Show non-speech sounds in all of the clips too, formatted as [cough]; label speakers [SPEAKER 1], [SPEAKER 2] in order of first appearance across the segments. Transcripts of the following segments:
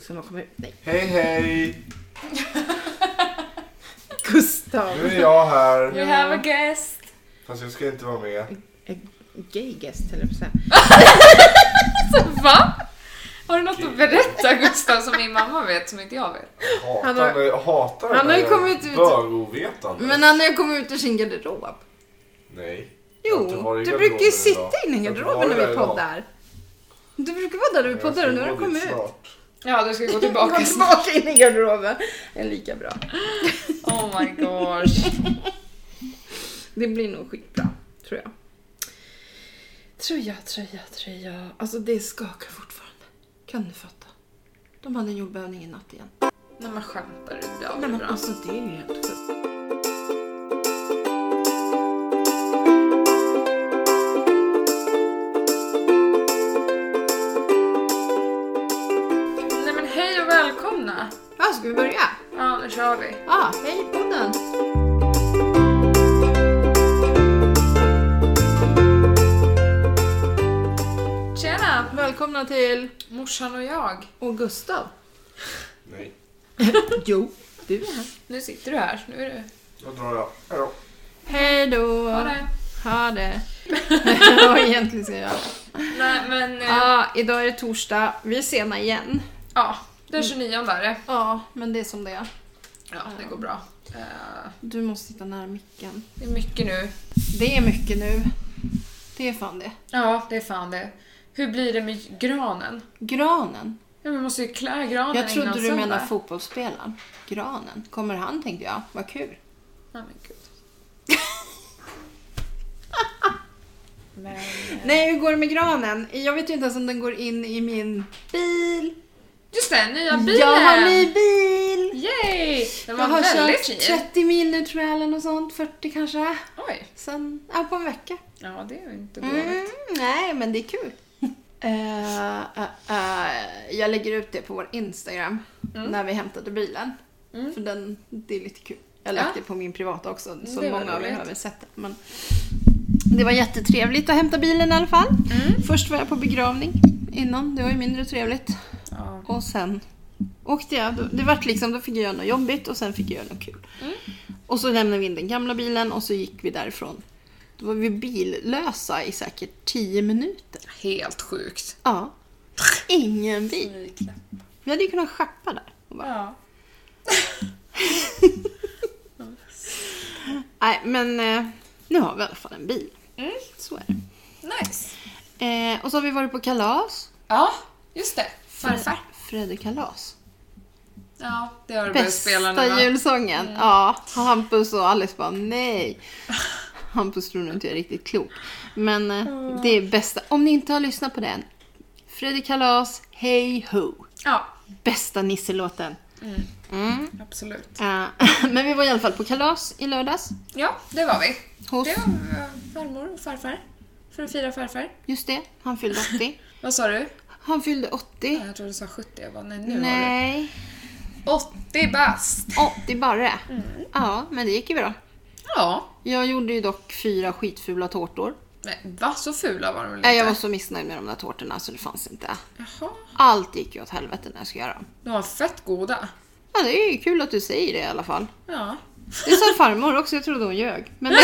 [SPEAKER 1] Så de kommer... Nej.
[SPEAKER 2] Hej hej! Nu
[SPEAKER 1] Gustav.
[SPEAKER 2] är jag här.
[SPEAKER 3] We have a guest.
[SPEAKER 2] Fast jag ska inte vara med.
[SPEAKER 1] Gay guest, eller jag på att säga.
[SPEAKER 3] Va? Har du något att berätta Gustav som min mamma vet som inte jag vet?
[SPEAKER 2] Hatar,
[SPEAKER 1] Han har-
[SPEAKER 2] jag hatar
[SPEAKER 1] han har
[SPEAKER 2] när
[SPEAKER 1] ju
[SPEAKER 2] jag
[SPEAKER 1] kommit ut-
[SPEAKER 2] Bögovetande.
[SPEAKER 1] Men han har ju kommit ut ur sin garderob.
[SPEAKER 2] Nej. Jag har
[SPEAKER 1] Jo,
[SPEAKER 2] inte varit i
[SPEAKER 1] du
[SPEAKER 2] garderoben
[SPEAKER 1] brukar ju
[SPEAKER 2] idag.
[SPEAKER 1] sitta inne i
[SPEAKER 2] Jag har inte
[SPEAKER 1] garderoben
[SPEAKER 2] varit
[SPEAKER 1] när vi
[SPEAKER 2] där idag.
[SPEAKER 1] poddar. Du brukar vara där när vi poddar och nu har
[SPEAKER 2] Jag
[SPEAKER 1] du
[SPEAKER 2] ska gå
[SPEAKER 1] kommit
[SPEAKER 2] dit
[SPEAKER 1] ut.
[SPEAKER 2] snart.
[SPEAKER 3] Ja, du ska gå
[SPEAKER 1] Gå
[SPEAKER 3] tillbaka snart.
[SPEAKER 1] tillbaka in i garderoben. Det är lika bra.
[SPEAKER 3] [laughs] Oh my gosh.
[SPEAKER 1] Det blir nog skitbra, tror jag. Tror jag, tror jag, tror jag. Alltså det skakar fortfarande. Kan du fatta? De hade en jordbävning i natt igen.
[SPEAKER 3] Nej men skämtar du? Det
[SPEAKER 1] Nej
[SPEAKER 3] blir
[SPEAKER 1] men
[SPEAKER 3] bra.
[SPEAKER 1] alltså det är ju helt sjukt.
[SPEAKER 3] Nej men hej och välkomna.
[SPEAKER 1] Ja, ska vi börja?
[SPEAKER 3] Ja, nu kör vi.
[SPEAKER 1] Ja, hej podden!
[SPEAKER 3] Tjena!
[SPEAKER 1] Välkomna till...
[SPEAKER 3] Morsan och jag.
[SPEAKER 1] Och Gustav.
[SPEAKER 2] Nej.
[SPEAKER 1] Jo, du är här.
[SPEAKER 3] Nu sitter du här. Nu är du...
[SPEAKER 2] Då drar jag. Hej då.
[SPEAKER 1] Hej då!
[SPEAKER 3] Ha det.
[SPEAKER 1] Ha [laughs] det. Vad egentligen ska jag göra?
[SPEAKER 3] Nej men... eh,
[SPEAKER 1] Ja, idag är det torsdag. Vi är sena igen.
[SPEAKER 3] Ja, den 29 är det.
[SPEAKER 1] Ja, men det är som det är.
[SPEAKER 3] Ja, det går bra. Eh,
[SPEAKER 1] Du måste sitta nära micken.
[SPEAKER 3] Det är mycket nu.
[SPEAKER 1] Det är mycket nu. Det är fan det.
[SPEAKER 3] Ja, det är fan det. Hur blir det med granen?
[SPEAKER 1] Granen.
[SPEAKER 3] Ja, vi måste ju klä granen
[SPEAKER 1] Jag trodde
[SPEAKER 3] innan
[SPEAKER 1] du
[SPEAKER 3] söndag.
[SPEAKER 1] menade fotbollsspelaren. Granen. Kommer han tänkte jag. Vad kul.
[SPEAKER 3] Nej men gud. [laughs] men... eh,
[SPEAKER 1] Nej, hur går det med granen? Jag vet ju inte ens om den går in i min bil.
[SPEAKER 3] Just det, nya bilen!
[SPEAKER 1] Jag har ny bil!
[SPEAKER 3] Yay! Den var
[SPEAKER 1] jag har
[SPEAKER 3] väldigt
[SPEAKER 1] kört
[SPEAKER 3] fin.
[SPEAKER 1] 30 mil nu tror jag eller något sånt. 40 kanske.
[SPEAKER 3] Oj.
[SPEAKER 1] Sen, ja på en vecka.
[SPEAKER 3] Ja, det är ju inte dåligt.
[SPEAKER 1] Mm, nej, men det är
[SPEAKER 3] [laughs]
[SPEAKER 1] kul. Eh, eh, eh, jag lägger ut det på vår Instagram
[SPEAKER 3] Mm.
[SPEAKER 1] när vi hämtade bilen.
[SPEAKER 3] Mm.
[SPEAKER 1] För den, det är lite kul. Jag lagt
[SPEAKER 3] Ja.
[SPEAKER 1] det på min privata också, så
[SPEAKER 3] Det var
[SPEAKER 1] många av er
[SPEAKER 3] roligt.
[SPEAKER 1] har väl sett det. Men det var jättetrevligt att hämta bilen i alla fall.
[SPEAKER 3] Mm.
[SPEAKER 1] Först var jag på begravning innan, det var ju mindre trevligt.
[SPEAKER 3] Ja.
[SPEAKER 1] Och sen åkte jag. Då- Det vart liksom, då fick jag göra något jobbigt och sen fick jag göra något kul.
[SPEAKER 3] Mm.
[SPEAKER 1] Och så lämnade vi in den gamla bilen och så gick vi därifrån. Då var vi billösa i säkert 10 minuter.
[SPEAKER 3] Helt sjukt.
[SPEAKER 1] Ja. Ingen bil. Vi hade ju kunnat schappa där. Och bara,
[SPEAKER 3] Ja.
[SPEAKER 1] nej, men eh, nu har vi i alla fall en bil.
[SPEAKER 3] Mm.
[SPEAKER 1] Så är det.
[SPEAKER 3] Nice.
[SPEAKER 1] Eh, och så har vi varit på kalas.
[SPEAKER 3] Ja, just det. Farfar.
[SPEAKER 1] Fredde kalas.
[SPEAKER 3] Ja, det har du börjat spela nu
[SPEAKER 1] Bästa
[SPEAKER 3] va? Mm.
[SPEAKER 1] julsången. Ja, Hampus och Alice bara nej. Hampus tror nog inte jag är riktigt klok. Men eh,
[SPEAKER 3] Mm.
[SPEAKER 1] det är bästa. Om ni inte har lyssnat på den. Fredrik Kalas, Hey Ho.
[SPEAKER 3] Ja,
[SPEAKER 1] Bästa nisselåten. Mm.
[SPEAKER 3] absolut.
[SPEAKER 1] Eh, [laughs] men vi var i alla fall på kalas i lördags.
[SPEAKER 3] Ja, det var vi.
[SPEAKER 1] Hos,
[SPEAKER 3] Det var eh, farmor och farfar. För att fira farfar.
[SPEAKER 1] just det, han fyllde 80.
[SPEAKER 3] Vad sa du?
[SPEAKER 1] Han fyllde 80.
[SPEAKER 3] Jag trodde du sa 70. Jag bara, nej nu har
[SPEAKER 1] Nej,
[SPEAKER 3] du. 80 bast!
[SPEAKER 1] 80 bara.
[SPEAKER 3] Mm.
[SPEAKER 1] Ja, men det gick ju bra.
[SPEAKER 3] Ja.
[SPEAKER 1] Jag gjorde ju dock fyra skitfula tårtor.
[SPEAKER 3] Nej, va? Så fula var de väl inte?
[SPEAKER 1] Nej, jag var så missnöjd med de där tårtorna så det fanns inte.
[SPEAKER 3] Jaha.
[SPEAKER 1] Allt gick ju åt helvete när jag skulle göra dem.
[SPEAKER 3] De var fett goda.
[SPEAKER 1] Ja, det är ju kul att du säger det i alla fall.
[SPEAKER 3] Ja.
[SPEAKER 1] Det
[SPEAKER 3] [laughs]
[SPEAKER 1] sa farmor också, jag trodde hon ljög. Men det,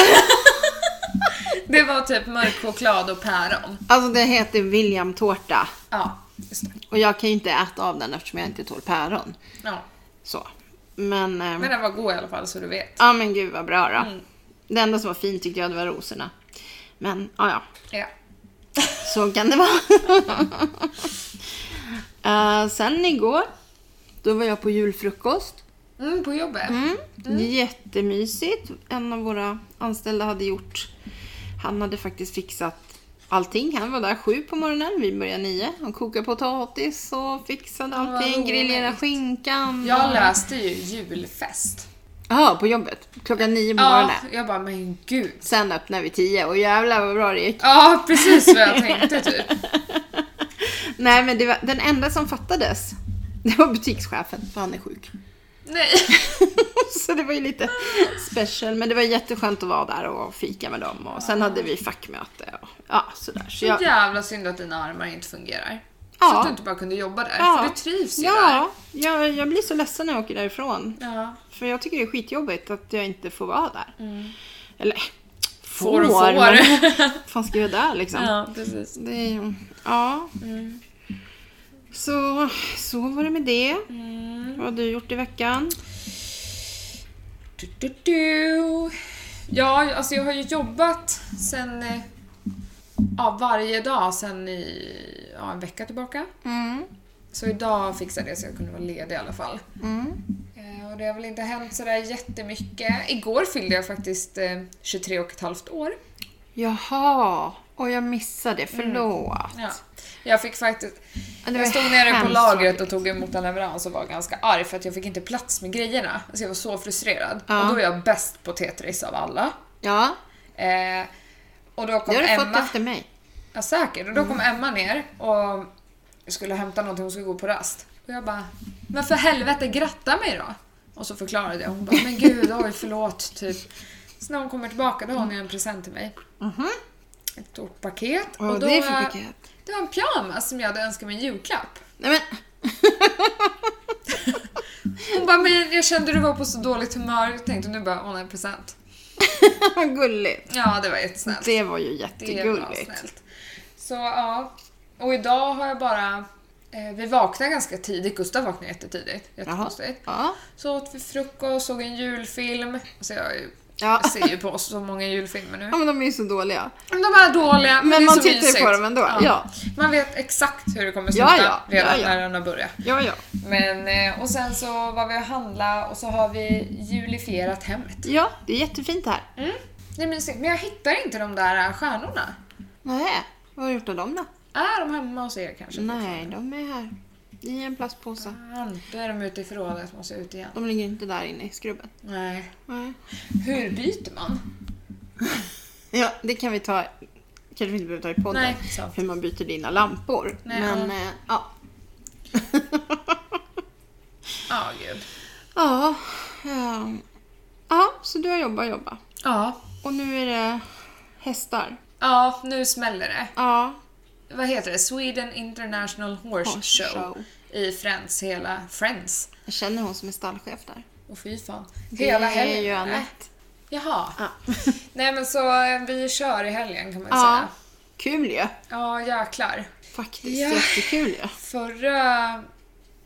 [SPEAKER 1] [laughs]
[SPEAKER 3] Det var typ mörk choklad och päron.
[SPEAKER 1] alltså det heter William-tårta.
[SPEAKER 3] Ja, just det.
[SPEAKER 1] Och jag kan ju inte äta av den eftersom jag inte tål päron.
[SPEAKER 3] Ja.
[SPEAKER 1] Så. Men... ehm,
[SPEAKER 3] Men den var god i alla fall så du vet.
[SPEAKER 1] ja men gud vad bra då.
[SPEAKER 3] Mm.
[SPEAKER 1] Det enda som var fint tyckte jag det var rosorna. Men ja, ja.
[SPEAKER 3] Ja.
[SPEAKER 1] Så kan det
[SPEAKER 3] [laughs]
[SPEAKER 1] vara. [laughs] Eh, sen igår, då var jag på julfrukost.
[SPEAKER 3] Mm, på jobbet.
[SPEAKER 1] Mm. Jättemysigt. En av våra anställda hade gjort... Han hade faktiskt fixat allting. Han var där sju på morgonen, vi började nio. Han kokade potatis och fixade
[SPEAKER 3] Ja, vad
[SPEAKER 1] allting. Griljerade
[SPEAKER 3] roligt.
[SPEAKER 1] skinkan.
[SPEAKER 3] Jag läste ju julfest.
[SPEAKER 1] Ja, på jobbet. Klockan nio på
[SPEAKER 3] Ja,
[SPEAKER 1] morgonen.
[SPEAKER 3] jag bara, men gud.
[SPEAKER 1] Sen öppnade vi tio och jävlar vad bra det gick.
[SPEAKER 3] Ja, precis vad jag tänkte typ.
[SPEAKER 1] Nej, men det var, den enda som fattades, [laughs] det var butikschefen, för han är sjuk. [laughs]
[SPEAKER 3] Nej.
[SPEAKER 1] Så det var ju lite special. Men det var jätteskönt att vara där och fika med dem. Och sen hade vi fackmöte och ja, sådär. Så jag,
[SPEAKER 3] Jävla synd att dina armar inte fungerar. Så att du
[SPEAKER 1] Ja,
[SPEAKER 3] inte bara kunde jobba där.
[SPEAKER 1] Ja.
[SPEAKER 3] För du trivs ju där.
[SPEAKER 1] ja jag, jag blir så ledsen när jag åker därifrån.
[SPEAKER 3] Ja.
[SPEAKER 1] För jag tycker det är skitjobbigt att jag inte får vara där. Eller
[SPEAKER 3] Mm. Får och
[SPEAKER 1] får.
[SPEAKER 3] får.
[SPEAKER 1] men Vad fan ska jag göra där liksom?
[SPEAKER 3] [laughs] ja, precis.
[SPEAKER 1] Det är, ja,
[SPEAKER 3] Mm.
[SPEAKER 1] så, så var det med det.
[SPEAKER 3] Mm.
[SPEAKER 1] Vad har du gjort i veckan?
[SPEAKER 3] Du, du, du. Ja, alltså jag har ju jobbat sen... eh, Ja, varje dag sen i ja, en vecka tillbaka.
[SPEAKER 1] Mm.
[SPEAKER 3] Så idag fixade jag det så jag kunde vara ledig i alla fall.
[SPEAKER 1] Mm.
[SPEAKER 3] Eh, Och det har väl inte hänt sådär jättemycket. Igår fyllde jag faktiskt eh, 23 och ett halvt år.
[SPEAKER 1] Jaha, och jag missade. Förlåt.
[SPEAKER 3] Mm. Ja. Jag fick faktiskt...
[SPEAKER 1] Men det
[SPEAKER 3] Jag
[SPEAKER 1] var
[SPEAKER 3] stod nere på
[SPEAKER 1] hemskt
[SPEAKER 3] lagret
[SPEAKER 1] tråkigt.
[SPEAKER 3] och tog emot en leverans och var ganska arg för att jag fick inte plats med grejerna. Alltså jag var så frustrerad.
[SPEAKER 1] Ja.
[SPEAKER 3] Och då är jag bäst på Tetris av alla.
[SPEAKER 1] Ja,
[SPEAKER 3] Eh, och då kom
[SPEAKER 1] det har du
[SPEAKER 3] Emma...
[SPEAKER 1] fått efter Mm. mig.
[SPEAKER 3] Ja, säkert. Och då kom Emma ner och skulle hämta någonting, hon skulle gå på rast. Och jag bara, men för helvete, gratta mig då! Och så förklarade jag. Hon bara, men gud, oj, förlåt, typ. Så när hon kommer tillbaka, då har hon ju en present till mig.
[SPEAKER 1] Mhm.
[SPEAKER 3] Ett stort paket.
[SPEAKER 1] Och
[SPEAKER 3] då
[SPEAKER 1] det är
[SPEAKER 3] var-
[SPEAKER 1] för paket.
[SPEAKER 3] Det var en pyjamas som jag hade önskat mig i julklapp.
[SPEAKER 1] Nej men, [laughs]
[SPEAKER 3] Hon bara, men jag kände du var på så dåligt humör. Jag tänkte, nu bara, hon har en present.
[SPEAKER 1] vad gulligt.
[SPEAKER 3] Ja, det var jättesnällt.
[SPEAKER 1] Det var ju
[SPEAKER 3] Det är bra
[SPEAKER 1] jättegulligt.
[SPEAKER 3] snällt. Så ja. Och idag har jag bara... Eh, vi vaknade ganska tidigt. Gustav vaknade jättetidigt. Jättekonstigt.
[SPEAKER 1] Ja.
[SPEAKER 3] Så åt vi frukost, såg en julfilm. Alltså jag, är ju-
[SPEAKER 1] Ja.
[SPEAKER 3] jag ser ju på så många julfilmer nu.
[SPEAKER 1] ja, men de är ju så dåliga.
[SPEAKER 3] Men De är dåliga, men,
[SPEAKER 1] Men
[SPEAKER 3] det är
[SPEAKER 1] man
[SPEAKER 3] så
[SPEAKER 1] tittar ju
[SPEAKER 3] mysigt.
[SPEAKER 1] på dem ändå, ja.
[SPEAKER 3] Man vet exakt hur det kommer
[SPEAKER 1] Ja,
[SPEAKER 3] sluta
[SPEAKER 1] ja,
[SPEAKER 3] redan
[SPEAKER 1] ja, ja.
[SPEAKER 3] när den har börjat.
[SPEAKER 1] Ja, ja.
[SPEAKER 3] Men, eh, och sen så var vi och handla och så har vi julifierat hemmet.
[SPEAKER 1] Ja, det är jättefint här.
[SPEAKER 3] Det är mysigt, men jag hittar inte de där eh, stjärnorna.
[SPEAKER 1] Nej, vad har du gjort av dem då?
[SPEAKER 3] Är de hemma hos er kanske?
[SPEAKER 1] Nej, de är här. I en plastpåse.
[SPEAKER 3] Fan, då är de ute i förrådet, måste ut igen.
[SPEAKER 1] De ligger inte där inne i skrubben.
[SPEAKER 3] Nej.
[SPEAKER 1] Nej.
[SPEAKER 3] Hur byter man?
[SPEAKER 1] Ja, det kan vi ta. Kanske vi inte behöver ta i podden.
[SPEAKER 3] Nej, sant.
[SPEAKER 1] Hur man byter dina lampor.
[SPEAKER 3] Nej,
[SPEAKER 1] Men
[SPEAKER 3] ja.
[SPEAKER 1] eh, ja. [laughs]
[SPEAKER 3] Ja, gud.
[SPEAKER 1] Ja. ehm, Ja, så du har jobbat och jobbat.
[SPEAKER 3] Ja.
[SPEAKER 1] Och nu är det hästar.
[SPEAKER 3] Ja, nu smäller det.
[SPEAKER 1] Ja.
[SPEAKER 3] Vad heter det? Sweden International Horse,
[SPEAKER 1] Horse
[SPEAKER 3] Show.
[SPEAKER 1] Show.
[SPEAKER 3] I Friends, hela Friends.
[SPEAKER 1] Jag känner hon som är stallchef där.
[SPEAKER 3] Och fy fan. Hela helgen.
[SPEAKER 1] Det
[SPEAKER 3] Äh.
[SPEAKER 1] är ju
[SPEAKER 3] nej.
[SPEAKER 1] Anette.
[SPEAKER 3] Jaha.
[SPEAKER 1] Ja.
[SPEAKER 3] Nej men så eh, vi kör i helgen kan man
[SPEAKER 1] ja.
[SPEAKER 3] säga.
[SPEAKER 1] Kul ju.
[SPEAKER 3] Ja, jäklar.
[SPEAKER 1] Faktiskt
[SPEAKER 3] Ja.
[SPEAKER 1] jättekul ju.
[SPEAKER 3] Förra...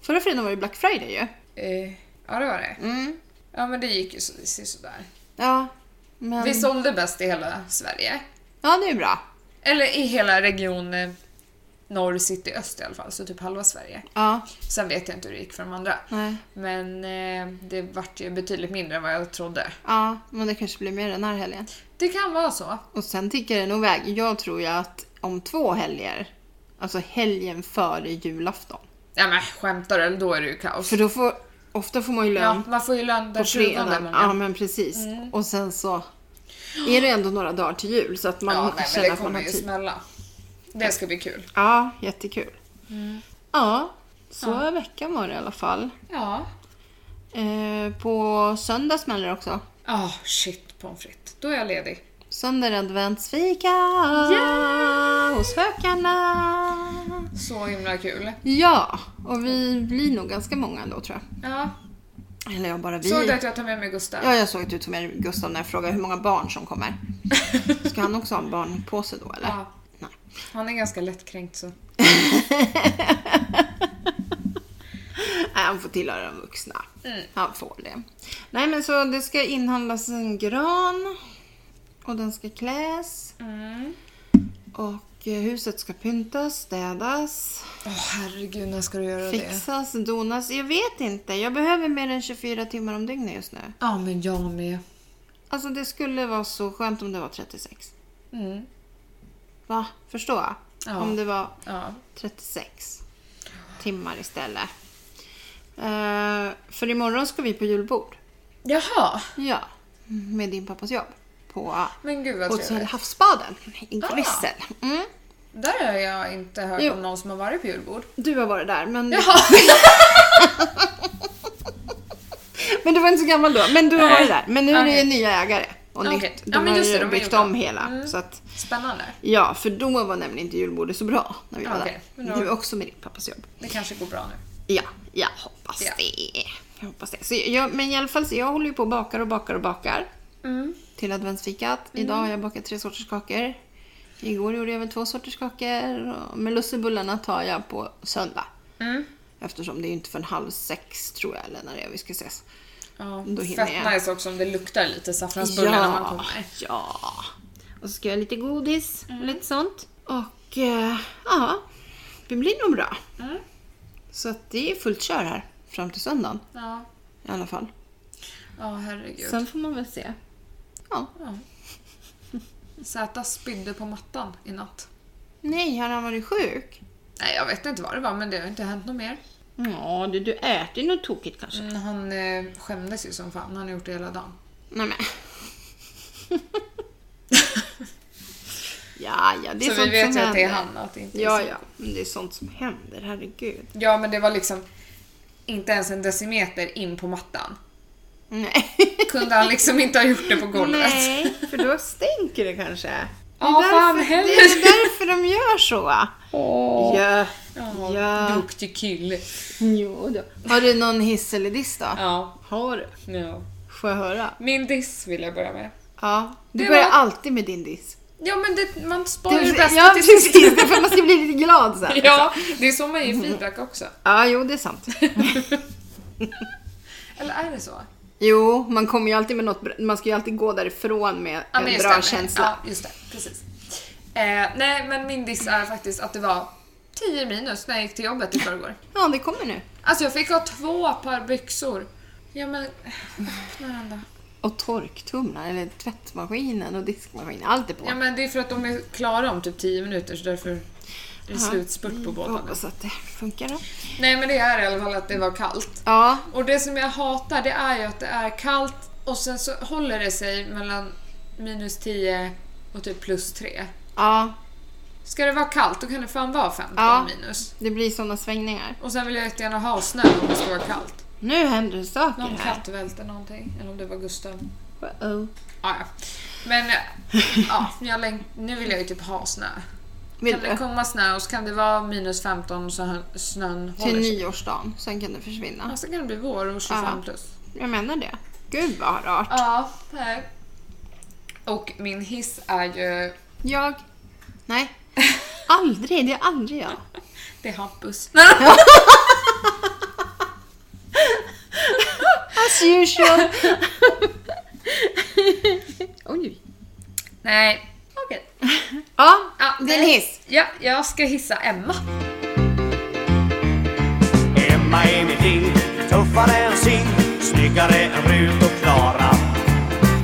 [SPEAKER 1] Förra fredagen var det Black Friday ju.
[SPEAKER 3] Eh, ja, det var det.
[SPEAKER 1] Mm.
[SPEAKER 3] Ja, men det gick ju så, det ser sådär.
[SPEAKER 1] Ja. Men...
[SPEAKER 3] Vi sålde bäst i hela Sverige.
[SPEAKER 1] Ja, det är bra.
[SPEAKER 3] Eller i hela region eh, norr, city, öst i alla fall. Så typ halva Sverige.
[SPEAKER 1] Ja.
[SPEAKER 3] Sen vet jag inte hur det gick för de andra.
[SPEAKER 1] Nej.
[SPEAKER 3] Men eh, det vart ju betydligt mindre än vad jag trodde.
[SPEAKER 1] Ja, men det kanske blir mer den här helgen.
[SPEAKER 3] Det kan vara så.
[SPEAKER 1] Och sen tickar det nog iväg. Jag tror ju att om två helger, alltså helgen före julafton.
[SPEAKER 3] Ja men skämtar du? Eller Då är det ju kaos.
[SPEAKER 1] För då får, ofta får man ju
[SPEAKER 3] Ja,
[SPEAKER 1] lön
[SPEAKER 3] man får ju lön den Mm.
[SPEAKER 1] på
[SPEAKER 3] 20
[SPEAKER 1] fredagen.
[SPEAKER 3] många.
[SPEAKER 1] Ja, men precis. Och sen så är det ändå några dagar till jul så att man
[SPEAKER 3] ja, nej, men
[SPEAKER 1] känner
[SPEAKER 3] det
[SPEAKER 1] att man
[SPEAKER 3] kommer
[SPEAKER 1] har
[SPEAKER 3] ju
[SPEAKER 1] tid.
[SPEAKER 3] smälla. Det ska bli kul.
[SPEAKER 1] Ja, jättekul.
[SPEAKER 3] Mm.
[SPEAKER 1] Ja, så veckan var det i alla fall.
[SPEAKER 3] Ja.
[SPEAKER 1] Eh, på söndag smäller det också.
[SPEAKER 3] Ja, shit pommes frites. Då är jag ledig.
[SPEAKER 1] Söndag är det adventsfika hos hökarna.
[SPEAKER 3] Så himla kul.
[SPEAKER 1] Ja, och vi blir nog ganska många ändå tror
[SPEAKER 3] Ja.
[SPEAKER 1] jag. Eller jag bara vi.
[SPEAKER 3] Såg du att jag tar med mig Gustav?
[SPEAKER 1] Ja, jag såg att du tog med Gustav när jag frågade hur många barn som kommer. Ska han också ha en barnpåse då eller?
[SPEAKER 3] [laughs] Ja.
[SPEAKER 1] Nej.
[SPEAKER 3] Han är ganska lättkränkt så.
[SPEAKER 1] Nej, han får tillhöra de vuxna.
[SPEAKER 3] Mm.
[SPEAKER 1] Han får det. Nej, men så det ska inhandlas en gran. Och den ska kläs.
[SPEAKER 3] Mm.
[SPEAKER 1] Och eh, huset ska pyntas, städas,
[SPEAKER 3] Åh herregud, när ska du göra det?
[SPEAKER 1] fixas, donas. Jag vet inte. Jag behöver mer än 24 timmar om dygnet just nu.
[SPEAKER 3] Ja, men jag med.
[SPEAKER 1] Alltså det skulle vara så skönt om det var 36.
[SPEAKER 3] Mm.
[SPEAKER 1] Va? Förstå?
[SPEAKER 3] Ja.
[SPEAKER 1] Om det var
[SPEAKER 3] Ja.
[SPEAKER 1] 36 timmar istället. Eh, för imorgon ska vi på julbord.
[SPEAKER 3] Jaha,
[SPEAKER 1] Ja, med din pappas jobb. På
[SPEAKER 3] men Ah. gud vad
[SPEAKER 1] Hotell
[SPEAKER 3] trevligt.
[SPEAKER 1] Havsbaden i Gryssel. Mm.
[SPEAKER 3] Där har jag inte hört
[SPEAKER 1] Jo.
[SPEAKER 3] om någon som har varit på julbord.
[SPEAKER 1] Du har varit där, men,
[SPEAKER 3] Jaha!
[SPEAKER 1] men du var inte så gammal då. Men du har varit där. Men nu är det ju nya ägare. och
[SPEAKER 3] Okej.
[SPEAKER 1] nytt. De
[SPEAKER 3] Ja, men
[SPEAKER 1] har
[SPEAKER 3] just det,
[SPEAKER 1] ju
[SPEAKER 3] de har
[SPEAKER 1] byggt
[SPEAKER 3] gjort det. Mm.
[SPEAKER 1] om hela. Så att,
[SPEAKER 3] Spännande.
[SPEAKER 1] ja, för då var nämligen inte julbordet så bra när vi var
[SPEAKER 3] Okej,
[SPEAKER 1] där.
[SPEAKER 3] men då-
[SPEAKER 1] Nu också med din pappas jobb.
[SPEAKER 3] Det kanske går bra nu.
[SPEAKER 1] Ja, jag hoppas
[SPEAKER 3] Ja.
[SPEAKER 1] det. Jag hoppas det. Så jag, men i alla fall, så jag håller ju på och bakar och bakar och bakar.
[SPEAKER 3] Mm.
[SPEAKER 1] Till adventsfikat. Idag har jag bakat tre sorters kakor. Igår gjorde jag väl två sorters kakor. och- Men lussebullarna tar jag på söndag.
[SPEAKER 3] Mm.
[SPEAKER 1] Eftersom det är ju inte förrän halv sex tror jag, eller när det är vi ska ses.
[SPEAKER 3] Ja,
[SPEAKER 1] Då hinner
[SPEAKER 3] fett
[SPEAKER 1] jag.
[SPEAKER 3] nice också om det luktar lite saffransbullar när man kommer. Mm.
[SPEAKER 1] ja. Och så ska jag ha lite godis och lite sånt. Och eh, ja, det blir nog bra.
[SPEAKER 3] Mm.
[SPEAKER 1] Så att det är fullt kör här fram till söndagen
[SPEAKER 3] Ja,
[SPEAKER 1] i alla fall.
[SPEAKER 3] ja herregud.
[SPEAKER 1] Sen får man väl se. Ja.
[SPEAKER 3] Ja. Zäta spydde på mattan i natt.
[SPEAKER 1] Nej, har han varit sjuk?
[SPEAKER 3] Nej, jag vet inte vad det var, men det har inte hänt något mer.
[SPEAKER 1] Ja, du, du äter nog tokigt kanske.
[SPEAKER 3] Mm, Han eh, skämdes ju som fan, han har gjort det hela dagen.
[SPEAKER 1] Nej men. [laughs] ja, ja, det är
[SPEAKER 3] så
[SPEAKER 1] sånt
[SPEAKER 3] vi
[SPEAKER 1] som
[SPEAKER 3] vet ju
[SPEAKER 1] händer.
[SPEAKER 3] att det är han, att det inte är
[SPEAKER 1] Ja,
[SPEAKER 3] så.
[SPEAKER 1] ja. Men det är sånt som händer, herregud.
[SPEAKER 3] ja, men det var liksom inte ens en decimeter in på mattan.
[SPEAKER 1] Nej. [laughs]
[SPEAKER 3] Kunde han liksom inte ha gjort det på golvet.
[SPEAKER 1] Nej, för då stänker det kanske. Det är,
[SPEAKER 3] Ja, fan
[SPEAKER 1] därför,
[SPEAKER 3] heller.
[SPEAKER 1] det är därför de gör så.
[SPEAKER 3] Åh.
[SPEAKER 1] Ja.
[SPEAKER 3] Ja,
[SPEAKER 1] Ja.
[SPEAKER 3] Duktig kille.
[SPEAKER 1] Jo då. Har du någon hiss eller diss då?
[SPEAKER 3] Ja.
[SPEAKER 1] Har du?
[SPEAKER 3] ja.
[SPEAKER 1] Får jag höra?
[SPEAKER 3] Min diss vill jag börja med.
[SPEAKER 1] Ja. Du
[SPEAKER 3] Det
[SPEAKER 1] börjar
[SPEAKER 3] var-
[SPEAKER 1] alltid med din diss.
[SPEAKER 3] Ja men det, man sparar ju det bästa
[SPEAKER 1] Ja,
[SPEAKER 3] till
[SPEAKER 1] precis.
[SPEAKER 3] sist.
[SPEAKER 1] Det är [laughs] för att man ska bli lite glad sen.
[SPEAKER 3] [laughs]
[SPEAKER 1] liksom.
[SPEAKER 3] Ja, det är så man ger feedback också.
[SPEAKER 1] Ja, jo, det är sant.
[SPEAKER 3] Eller är det så?
[SPEAKER 1] Jo, man kommer ju alltid med något bra. Man ska ju alltid gå därifrån med
[SPEAKER 3] Ja,
[SPEAKER 1] en
[SPEAKER 3] men just
[SPEAKER 1] bra
[SPEAKER 3] det.
[SPEAKER 1] känsla.
[SPEAKER 3] Ja, just det. Precis. Eh, nej, men min diss är faktiskt att det var 10 minus när jag gick till jobbet i förrgår.
[SPEAKER 1] Ja, det kommer nu.
[SPEAKER 3] Alltså jag fick ha två par byxor. Ja men, öppna den då.
[SPEAKER 1] Och torktumlaren, eller tvättmaskinen och diskmaskinen. Allt är på.
[SPEAKER 3] Ja men det är för att de är klara om typ 10 minuter så därför är det
[SPEAKER 1] Aha. Mm,
[SPEAKER 3] slutspurt på båten.
[SPEAKER 1] Hoppas att det funkar då.
[SPEAKER 3] Nej men det är i alla fall att det var kallt.
[SPEAKER 1] Ja,
[SPEAKER 3] Och det som jag hatar det är ju att det är kallt och sen så håller det sig mellan minus 10 och typ plus 3.
[SPEAKER 1] ja,
[SPEAKER 3] Ska det vara kallt då kan det fan vara 15
[SPEAKER 1] Ja.
[SPEAKER 3] minus.
[SPEAKER 1] det blir sådana svängningar.
[SPEAKER 3] Och sen vill jag jättegärna ha snö om det ska vara kallt.
[SPEAKER 1] Nu händer det saker
[SPEAKER 3] Någon
[SPEAKER 1] här. Oh.
[SPEAKER 3] katt välte någonting. Eller om det var Gustav.
[SPEAKER 1] Uh-oh.
[SPEAKER 3] Ah, ja. Men ja, jag läng- nu vill jag ju typ ha snö.
[SPEAKER 1] Vill
[SPEAKER 3] kan det
[SPEAKER 1] du?
[SPEAKER 3] komma snö och så kan det vara minus 15 och så hö- snön håller
[SPEAKER 1] Till
[SPEAKER 3] sig.
[SPEAKER 1] nyårsdagen, sen kan det försvinna.
[SPEAKER 3] Ja, så kan det bli vår och 25
[SPEAKER 1] Ja.
[SPEAKER 3] plus.
[SPEAKER 1] Jag menar det. Gud vad rart.
[SPEAKER 3] Ja, nej. Och min hiss är ju
[SPEAKER 1] Jag? [laughs] Nej. Aldrig, det är aldrig jag.
[SPEAKER 3] Det är
[SPEAKER 1] [laughs]
[SPEAKER 3] Hampus.
[SPEAKER 1] As usual. [laughs] Oj.
[SPEAKER 3] Nej. Okej.
[SPEAKER 1] Ja,
[SPEAKER 3] Ja,
[SPEAKER 1] det är en
[SPEAKER 3] nej.
[SPEAKER 1] hiss.
[SPEAKER 3] Ja, jag ska hissa Emma.
[SPEAKER 4] Emma är mitt ting, tuffare än sing, snyggare än Rut och Klara.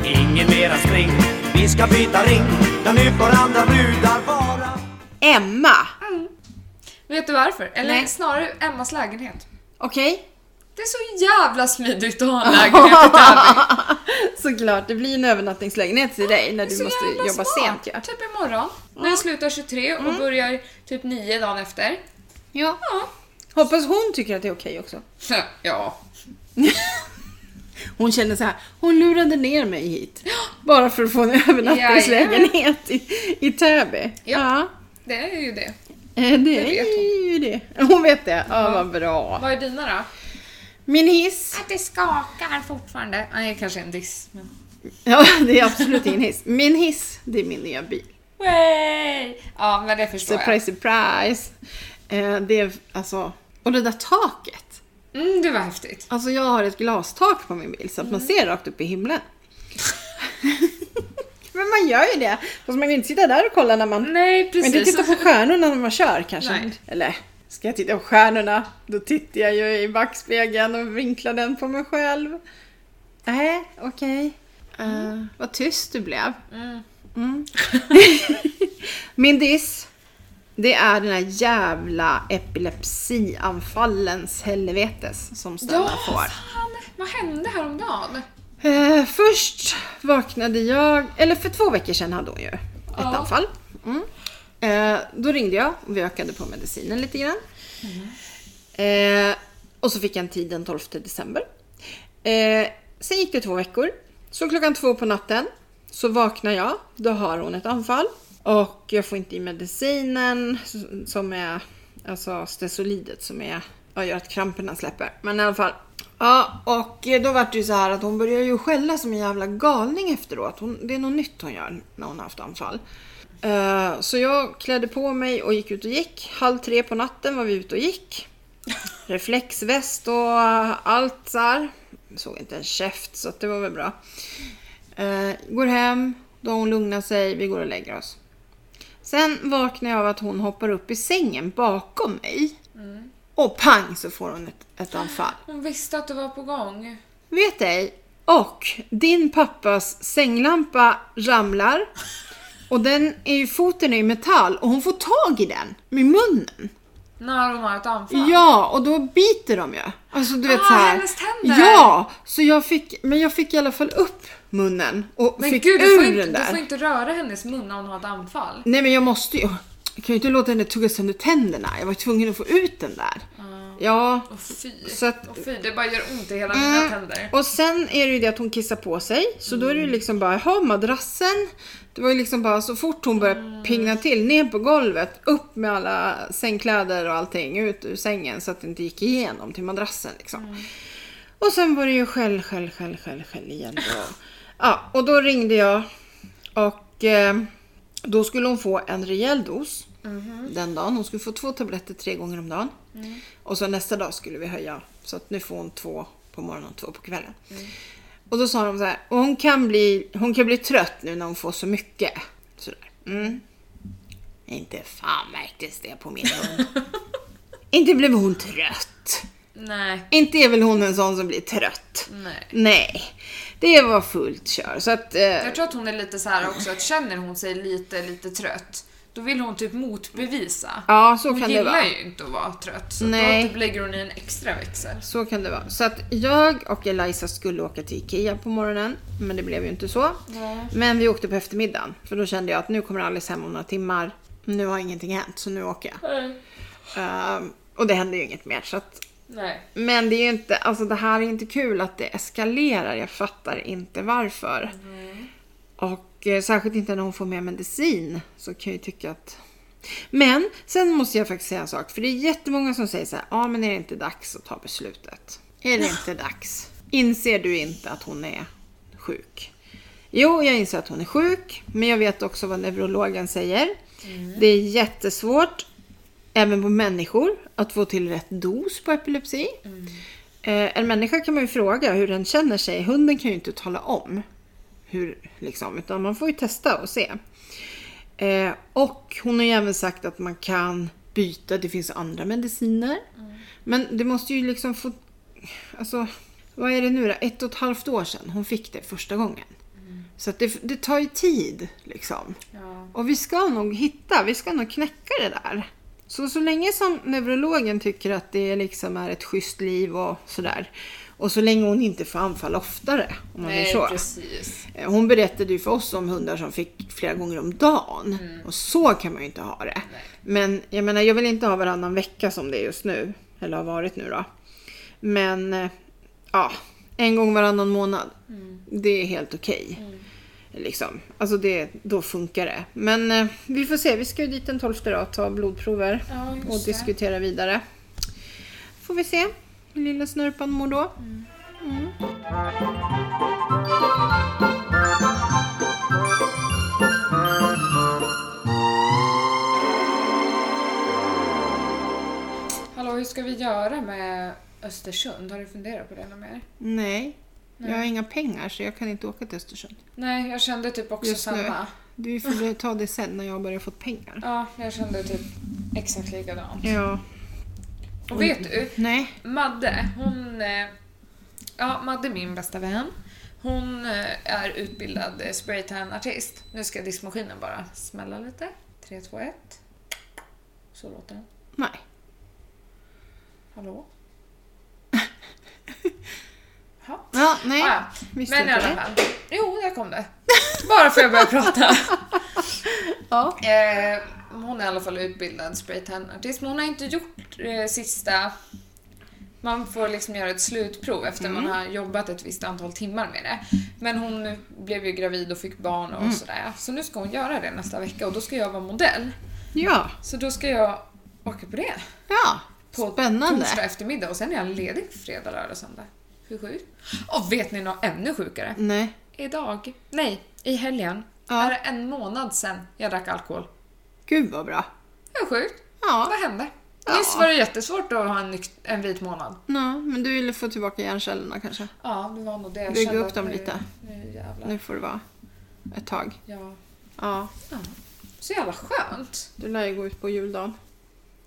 [SPEAKER 4] Ingen mera spring, vi ska byta ring, där nu får andra brudar vara.
[SPEAKER 1] Emma.
[SPEAKER 3] Vet du varför? Eller
[SPEAKER 1] Nej.
[SPEAKER 3] snarare Emmas lägenhet.
[SPEAKER 1] Okej?
[SPEAKER 3] Det är så jävla smidigt att ha en lägenhet
[SPEAKER 1] [laughs]
[SPEAKER 3] i Täby.
[SPEAKER 1] Såklart, det blir en övernattningslägenhet till dig när
[SPEAKER 3] Det är
[SPEAKER 1] du
[SPEAKER 3] så
[SPEAKER 1] måste
[SPEAKER 3] jävla
[SPEAKER 1] jobba
[SPEAKER 3] smart.
[SPEAKER 1] sent ja. Mm.
[SPEAKER 3] Typ imorgon. När jag slutar 23 och börjar typ 9 dagen efter. [laughs]
[SPEAKER 1] ja.
[SPEAKER 3] Ja.
[SPEAKER 1] Hoppas hon tycker att det är okej också.
[SPEAKER 3] Ja.
[SPEAKER 1] [laughs] Hon känner så här, hon lurade ner mig hit. Bara för att få en övernattningslägenhet i, i Täby.
[SPEAKER 3] Ja. Det är ju det.
[SPEAKER 1] Ja, eh, det
[SPEAKER 3] vet
[SPEAKER 1] är ju det. Hon vet det. Ja, vad bra.
[SPEAKER 3] Vad är dina då?
[SPEAKER 1] Min hiss. [laughs]
[SPEAKER 3] Att det skakar fortfarande. Nej, kanske en diss. Men...
[SPEAKER 1] Ja, det är absolut ingen hiss. Min hiss, det är min nya bil.
[SPEAKER 3] Way! Ja, men det förstår
[SPEAKER 1] Surprise, surprise. Eh, det är alltså, och det där taket.
[SPEAKER 3] jag. Mm, det var häftigt.
[SPEAKER 1] Alltså jag har ett glastak på min bil så att man ser rakt upp i himlen. [laughs] Men man gör ju det. Fast man kan ju inte sitta där och kolla när man...
[SPEAKER 3] Nej,
[SPEAKER 1] Men
[SPEAKER 3] precis.
[SPEAKER 1] inte titta på stjärnorna när man kör kanske.
[SPEAKER 3] Nej.
[SPEAKER 1] Eller, ska jag titta på stjärnorna? Då tittar jag ju i backspegeln och vinklar den på mig själv. Nej, okej. Eh, vad tyst du blev. Mm. [laughs] Min diss. Det är den här jävla epilepsianfallens helvetes som Stella
[SPEAKER 3] Ja,
[SPEAKER 1] får.
[SPEAKER 3] fan! Vad hände häromdagen?
[SPEAKER 1] Eh, först vaknade jag, eller för två veckor sedan hade hon ju ett
[SPEAKER 3] Ja.
[SPEAKER 1] anfall. Mm. Eh, då ringde jag och vi ökade på medicinen lite grann. Eh, och så fick jag en tid den 12 december. Eh, sen gick det två veckor. Så klockan två på natten Så vaknar jag, då har hon ett anfall. Och jag får inte i medicinen s- som är, alltså stesolidet som är, ja, gör att kramperna släpper. Men i alla fall. Ja, och då var det ju så här att hon börjar ju skälla som en jävla galning efteråt. Hon, det är något nytt hon gör när hon har haft anfall. Eh, så jag klädde på mig och gick ut och gick. Halv tre på natten var vi ute och gick. Reflexväst och allt så här. Jag såg inte en käft så att det var väl bra. Eh, går hem, då har hon lugnat sig, vi går och lägger oss. Sen vaknar jag av att hon hoppar upp i sängen bakom mig. Och pang så får hon ett, ett anfall.
[SPEAKER 3] Hon visste att du var på gång.
[SPEAKER 1] Vet ej. Och din pappas sänglampa ramlar. Och den är ju, foten är ju metall och hon får tag i den med munnen.
[SPEAKER 3] När hon har ett anfall.
[SPEAKER 1] Ja, och då biter de ju. Alltså du vet
[SPEAKER 3] Ah,
[SPEAKER 1] så här.
[SPEAKER 3] hennes tänder.
[SPEAKER 1] Ja, så jag fick, men jag fick i alla fall upp munnen och
[SPEAKER 3] Men
[SPEAKER 1] fick
[SPEAKER 3] gud,
[SPEAKER 1] ur
[SPEAKER 3] du får, inte,
[SPEAKER 1] den
[SPEAKER 3] du
[SPEAKER 1] där.
[SPEAKER 3] får inte röra hennes mun när hon har ett anfall.
[SPEAKER 1] Nej men jag måste ju. Jag kan ju inte låta henne tugga sönder tänderna. Jag var tvungen att få ut den där.
[SPEAKER 3] Ah.
[SPEAKER 1] Ja.
[SPEAKER 3] Åh fy.
[SPEAKER 1] Så att-
[SPEAKER 3] Åh, fy, det bara gör ont i hela mina
[SPEAKER 1] Mm.
[SPEAKER 3] tänder.
[SPEAKER 1] Och sen är det ju det att hon kissar på sig. Så då är
[SPEAKER 3] Mm.
[SPEAKER 1] det ju liksom bara, jaha madrassen. Det var ju liksom bara så fort hon började
[SPEAKER 3] Mm.
[SPEAKER 1] pingna till, ner på golvet, upp med alla sängkläder och allting, ut ur sängen så att det inte gick igenom till madrassen liksom. Och sen var det ju skäll, skäll, skäll, skäll, skäll igen. då. ja, och då ringde jag och eh, då skulle hon få en rejäl dos den dagen. Hon skulle få två tabletter tre gånger om dagen. Och så nästa dag skulle vi höja. Så att nu får hon två på morgonen och två på kvällen. Och då sa de så här, och hon kan bli, hon kan bli trött nu när hon får så mycket. Sådär. Mm. Inte fan märktes det på min hund. Inte blev hon trött.
[SPEAKER 3] Nej.
[SPEAKER 1] Inte är väl hon en sån som blir trött?
[SPEAKER 3] Nej.
[SPEAKER 1] Nej. Det var fullt kör. Så att, eh,
[SPEAKER 3] Jag tror att hon är lite så här också att känner hon sig lite, lite trött, då vill hon typ motbevisa.
[SPEAKER 1] ja, så
[SPEAKER 3] hon
[SPEAKER 1] kan det
[SPEAKER 3] gillar
[SPEAKER 1] vara.
[SPEAKER 3] ju inte att vara trött, så
[SPEAKER 1] Nej.
[SPEAKER 3] då typ lägger hon i en extra växel.
[SPEAKER 1] Så kan det vara. Så att jag och Eliza skulle åka till Ikea på morgonen, men det blev ju inte så.
[SPEAKER 3] Nej.
[SPEAKER 1] Men vi åkte på eftermiddagen, för då kände jag att nu kommer Alice hem om några timmar. Nu har ingenting hänt, så nu åker
[SPEAKER 3] [laughs]
[SPEAKER 1] jag. Ehm, och det hände ju inget mer. Så att,
[SPEAKER 3] Nej.
[SPEAKER 1] men det är ju inte, alltså det här är inte kul att det eskalerar. Jag fattar inte varför. Och eh, särskilt inte när hon får mer medicin så kan jag ju tycka att... Men sen måste jag faktiskt säga en sak. För det är jättemånga som säger så här, ja ah, men är det inte dags att ta beslutet? Är det inte dags? Inser du inte att hon är sjuk? Jo, jag inser att hon är sjuk, men jag vet också vad neurologen säger. Det är jättesvårt, även på människor, att få till rätt dos på epilepsi. Eh, en människa kan man ju fråga hur den känner sig. Hunden kan ju inte tala om hur, liksom, utan man får ju testa och se. Eh, och hon har ju även sagt att man kan byta, det finns andra mediciner. Men det måste ju liksom få, alltså, vad är det nu då? Ett och ett halvt år sedan hon fick det första gången. Så att det, det tar ju tid liksom.
[SPEAKER 3] Ja.
[SPEAKER 1] Och vi ska nog hitta, vi ska nog knäcka det där. Så, så länge som neurologen tycker att det liksom är ett schysst liv och sådär. Och så länge hon inte får anfall oftare. Om man
[SPEAKER 3] Nej,
[SPEAKER 1] säger så.
[SPEAKER 3] precis.
[SPEAKER 1] Eh, Hon berättade ju för oss om hundar som fick flera gånger om dagen.
[SPEAKER 3] Mm.
[SPEAKER 1] Och så kan man ju inte ha det. Men jag menar, jag vill inte ha varannan vecka som det är just nu. Eller har varit nu då. Men eh, ja, en gång varannan månad.
[SPEAKER 3] Mm.
[SPEAKER 1] Det är helt okej. Liksom. Alltså det, då funkar det. Men eh, vi får se, vi ska ju dit den 12 idag och ta blodprover.
[SPEAKER 3] Ja, just
[SPEAKER 1] och
[SPEAKER 3] det.
[SPEAKER 1] diskutera vidare. Får vi se hur lilla snurpan mår då.
[SPEAKER 3] Mm. Hallå, hur ska vi göra med Östersund? Har du funderat på det något mer?
[SPEAKER 1] Nej. Jag har inga pengar så jag kan inte åka till Östersund.
[SPEAKER 3] Nej, jag kände typ också
[SPEAKER 1] Just nu.
[SPEAKER 3] samma.
[SPEAKER 1] Du
[SPEAKER 3] [laughs]
[SPEAKER 1] får ta det sen när jag börjar få pengar.
[SPEAKER 3] Ja, jag kände typ exakt likadant.
[SPEAKER 1] Ja.
[SPEAKER 3] Och vet du?
[SPEAKER 1] Nej.
[SPEAKER 3] Madde, hon... eh, Ja, Madde är min bästa vän. Hon eh, är utbildad eh, spraytan-artist. Nu ska diskmaskinen bara smälla lite. 3, 2, 1. Så låter den.
[SPEAKER 1] Nej. [laughs]
[SPEAKER 3] Hallå? Ja.
[SPEAKER 1] Ja, nej.
[SPEAKER 3] Ah,
[SPEAKER 1] Visste
[SPEAKER 3] men i
[SPEAKER 1] inte
[SPEAKER 3] alla
[SPEAKER 1] det.
[SPEAKER 3] fall. Jo, där kom det. Bara för att jag började prata.
[SPEAKER 1] Ja.
[SPEAKER 3] Eh, hon är i alla fall utbildad spraytan-artist, men hon har inte gjort eh, sista Man får liksom göra ett slutprov efter
[SPEAKER 1] Mm.
[SPEAKER 3] man har jobbat ett visst antal timmar med det. Men hon blev ju gravid och fick barn
[SPEAKER 1] Mm.
[SPEAKER 3] och sådär. Så nu ska hon göra det nästa vecka och då ska jag vara modell.
[SPEAKER 1] Ja,
[SPEAKER 3] Så då ska jag åka på det.
[SPEAKER 1] ja.
[SPEAKER 3] På
[SPEAKER 1] Spännande.
[SPEAKER 3] torsdag eftermiddag och sen är jag ledig fredag, lördag, söndag. Hur sjukt? Och vet ni något ännu sjukare?
[SPEAKER 1] Nej.
[SPEAKER 3] Idag, nej, i helgen,
[SPEAKER 1] Ja.
[SPEAKER 3] är det en månad sedan jag drack alkohol.
[SPEAKER 1] Gud vad bra.
[SPEAKER 3] Hur sjukt?
[SPEAKER 1] Ja.
[SPEAKER 3] Vad hände?
[SPEAKER 1] Ja.
[SPEAKER 3] Nyss var det jättesvårt att ha en, nykt- en vit månad.
[SPEAKER 1] Nej, men du ville få tillbaka hjärncellerna kanske?
[SPEAKER 3] Ja, det var nog det jag
[SPEAKER 1] Bygga
[SPEAKER 3] kände
[SPEAKER 1] upp
[SPEAKER 3] att
[SPEAKER 1] dem
[SPEAKER 3] nu-
[SPEAKER 1] lite.
[SPEAKER 3] Nu jävlar.
[SPEAKER 1] Nu får det vara ett tag.
[SPEAKER 3] Ja.
[SPEAKER 1] Ja.
[SPEAKER 3] Så jävla skönt.
[SPEAKER 1] Du lär ju gå ut på juldagen.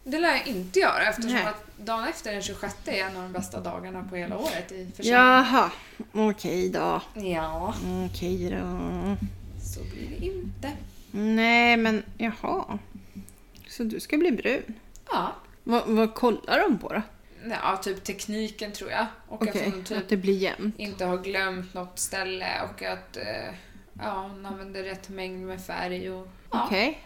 [SPEAKER 3] Det lär jag inte göra eftersom
[SPEAKER 1] Nej.
[SPEAKER 3] att dagen efter den 26 är en av de bästa dagarna på hela året i församlingen.
[SPEAKER 1] Jaha. Okej då.
[SPEAKER 3] Ja.
[SPEAKER 1] Okej då.
[SPEAKER 3] Så blir det inte.
[SPEAKER 1] Nej, men jaha. Så du ska bli brun.
[SPEAKER 3] Ja.
[SPEAKER 1] Vad, vad kollar de på då?
[SPEAKER 3] Ja, typ tekniken tror jag. Och
[SPEAKER 1] Okej,
[SPEAKER 3] att hon typ
[SPEAKER 1] att det blir jämnt.
[SPEAKER 3] inte har glömt något ställe och att eh, ja, hon använder rätt mängd med färg och ja,
[SPEAKER 1] Okej.